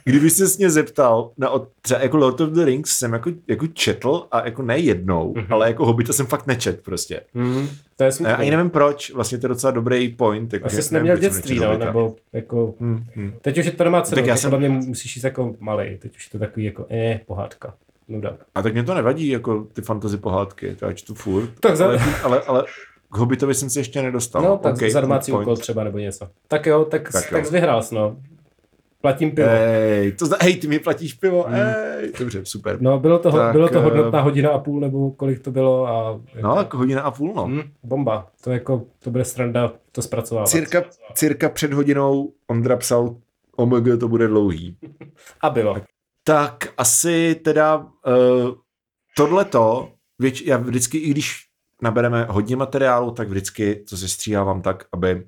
Kdyby se mě zeptal, na od, třeba jako Lord of the Rings jsem jako, jako četl a jako ne jednou, Mhm. mm-hmm. ale jako Hobbita jsem fakt nečet prostě. Hmm, to je A já ani smutné. nevím proč, vlastně to je docela dobrý point. Jako, Asi jsi nevím, neměl proč jsem dětství, nečetl no, Hobbita. nebo jako... Hmm, hmm. Teď už je to nemá cenu, Tak tak já já jsem- podle mě musíš jít jako malej, teď už je to takový jako eh, pohádka. No dá. A tak mě to nevadí, jako ty fantasy pohádky, to já čtu furt. Tak za- ale, ale, ale k Hobbitovi jsem se ještě nedostal. No, tak Okej, okay, za domácí good úkol point. třeba nebo něco. Tak jo, tak, Tak tak, jo. Eh, tak jsi vyhrál jsi, no. Platím pivo. Hmm. Ej, to zna, hej, ty mi platíš pivo, ej, dobře, super. No, bylo to, tak, tak, bylo to eh, hodnotná hodina a půl, nebo kolik to bylo a... No, jako hodina a půl, no. Hm, bomba. To jako, to bude sranda to zpracovávat. Cirka, cirka před hodinou Ondra psal OMG, to bude dlouhý. A bylo. Tak asi teda uh, tohleto, věč, já vždycky, i když nabereme hodně materiálu, tak vždycky to sestříhávám tak, aby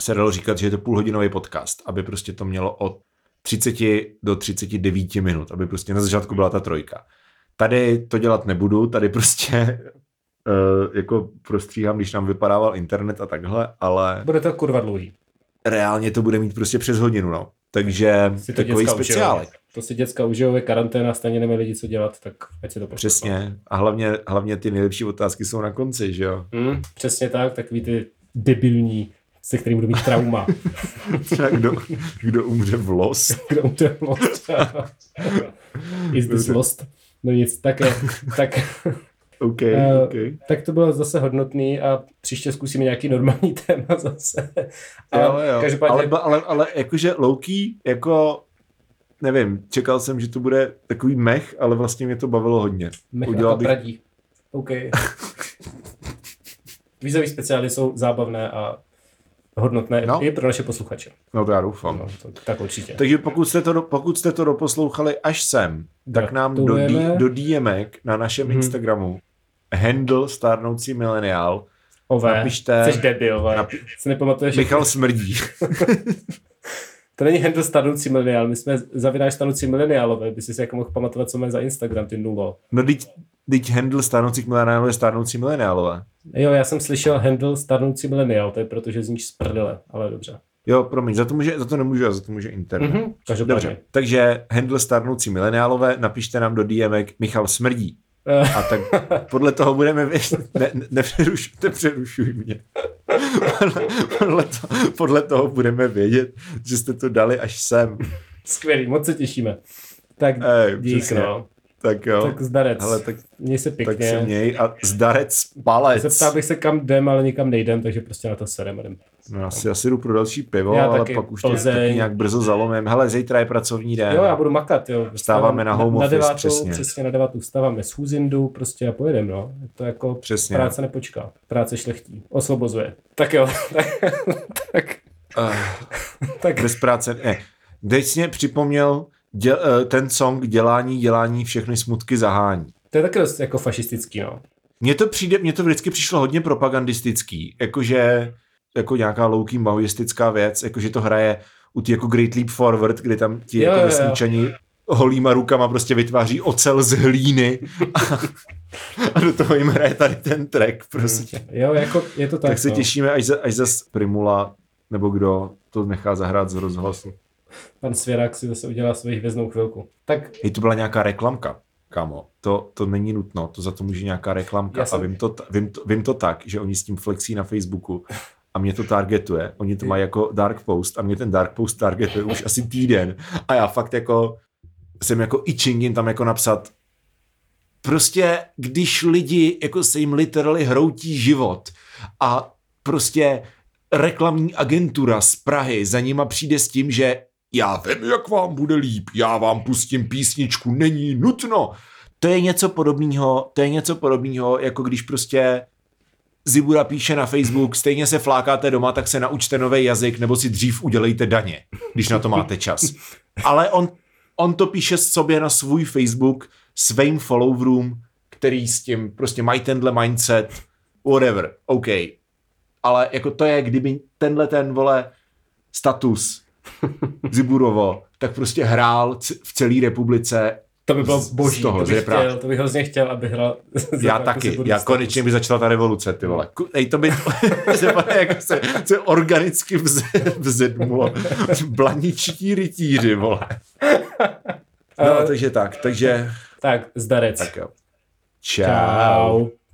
se dalo říkat, že je to půlhodinový podcast, aby prostě to mělo od 30 do 39 minut, aby prostě na začátku byla ta trojka. Tady to dělat nebudu, tady prostě uh, jako prostříhám, když nám vypadával internet a takhle, ale Bude to kurva dlouhý. reálně to bude mít prostě přes hodinu, no. Takže Si to takový děcka užijou. speciálek. To si děcka užijou, je karanténa, stejně nemají lidi co dělat, tak ať si to poslouchá. Přesně. A hlavně, hlavně ty nejlepší otázky jsou na konci, že jo? Hm, přesně tak, takový ty debilní, se kterým budu mít trauma. Třeba kdo, kdo umře v los. Kdo umře v lost. Is this lost? No nic, tak, je, tak, OK, Eh, OK. tak to bylo zase hodnotný a příště zkusíme nějaký normální téma zase. A Jo, jo. Každopádně, Ale, ba- ale, ale jakože louký, jako nevím, čekal jsem, že to bude takový mech, ale vlastně mě to bavilo hodně. Mech Udělal a bych, kapradí. OK. Vízový speciály jsou zábavné a hodnotné No. no. i pro naše posluchače. no to já doufám. No, to, tak určitě. Takže pokud jste, to, do- pokud jste to doposlouchali až sem, tak nám do, D- Gratulujeme. do DMek na našem Mhm. hmm. Instagramu handle starnoucí mileniál Ove, napište- jsi debil, vole. napi- Se nepamatuješ, Michal smrdí. to není handle starnoucí mileniál, my jsme zavináš starnoucí mileniálové, by si si jako mohl pamatovat, co máme za Instagram, ty nulo. No teď, teď handle starnoucích mileniálů je starnoucí mileniálové. Jo, já jsem slyšel handle starnoucí mileniál, to je proto, že zníš z prdele, ale dobře. Jo, promiň, za to, může, za to nemůžu, já za to může internet. Mm-hmm. Mhm, každopádně. Dobře, takže handle starnoucí mileniálové, napište nám do DMek Michal smrdí. Eh. A tak podle toho budeme vědět, ne, ne, nepřeruš, nepřerušuj mě. Podle- podle, to, podle toho budeme vědět, že jste to dali až sem. Skvělý, moc se těšíme. Tak Ej, dík, Eh, přesně. no. Tak jo, Tak zdarec. Hele, tak- Měj se tak se pěkně. měj a zdarec palec. Zeptal bych se, kam jdem, ale nikam nejdem, takže prostě na to serem. jdem. No, já si asi jdu pro další pivo, Já ale taky. pak už Plzeň. to nějak brzo zalomím. Hele, zítra je pracovní den. Jo, já budu makat, jo. prostě Vstáváme na home office, devátou, přesně. přesně. na devátou vstáváme z huzindu, prostě a pojedem, no. Je To jako Přesně. práce nepočká. Práce šlechtí. Osvobozuje. Tak jo. tak, tak, Eh, tak. Bez práce. Ne. Teď jsi mě připomněl děl, eh, ten song Dělání, dělání, všechny smutky zahání. To je taky dost jako fašistický, no. Mně to, přijde, mně to vždycky přišlo hodně propagandistický, jakože jako nějaká louký maoistická věc, jakože to hraje u ty jako Great Leap Forward, kde tam ti Jo, jako jo, jo. vesničani holýma rukama prostě vytváří ocel z hlíny a, a do toho jim hraje tady ten track prostě. Jo, jako je to tak. Tak se no. těšíme, až, za, až zas Primula nebo kdo to nechá zahrát z rozhlasu. Pan Svěrák si zase udělá svoji hvězdnou chvilku. Tak Hej, to byla nějaká reklamka, kámo. To, to není nutno, to za to může nějaká reklamka. Já A jsem- vím to, t- vím, to, vím to tak, že oni s tím flexí na Facebooku a mě to targetuje. Oni to mají jako dark post a mě ten dark post targetuje už asi týden. A já fakt jako jsem jako itching jim tam jako napsat prostě, když lidi, jako se jim literally hroutí život a prostě reklamní agentura z Prahy za nima přijde s tím, že já vím, jak vám bude líp, já vám pustím písničku, není nutno. To je něco podobného, to je něco podobného, jako když prostě Zibura píše na Facebook, stejně se flákáte doma, tak se naučte nový jazyk, nebo si dřív udělejte daně, když na to máte čas. Ale on, on to píše sobě na svůj Facebook, svým followerům, který s tím prostě mají tenhle mindset, whatever, OK. Ale jako to je, kdyby tenhle ten, vole, status Ziburovo, tak prostě hrál c- v celé republice To by bylo Z- z boží, toho, to, z bych repráku. chtěl, Jako to bych hrozně chtěl, aby hrál. Já taky, já prostě. konečně by začala ta revoluce, ty vole. Ku- Ej, to by se, jak se, se organicky vze, vzedmulo. Blaničtí rytíři, vole. No, Eh. takže tak, takže Tak, zdarec. tak jo. Čau.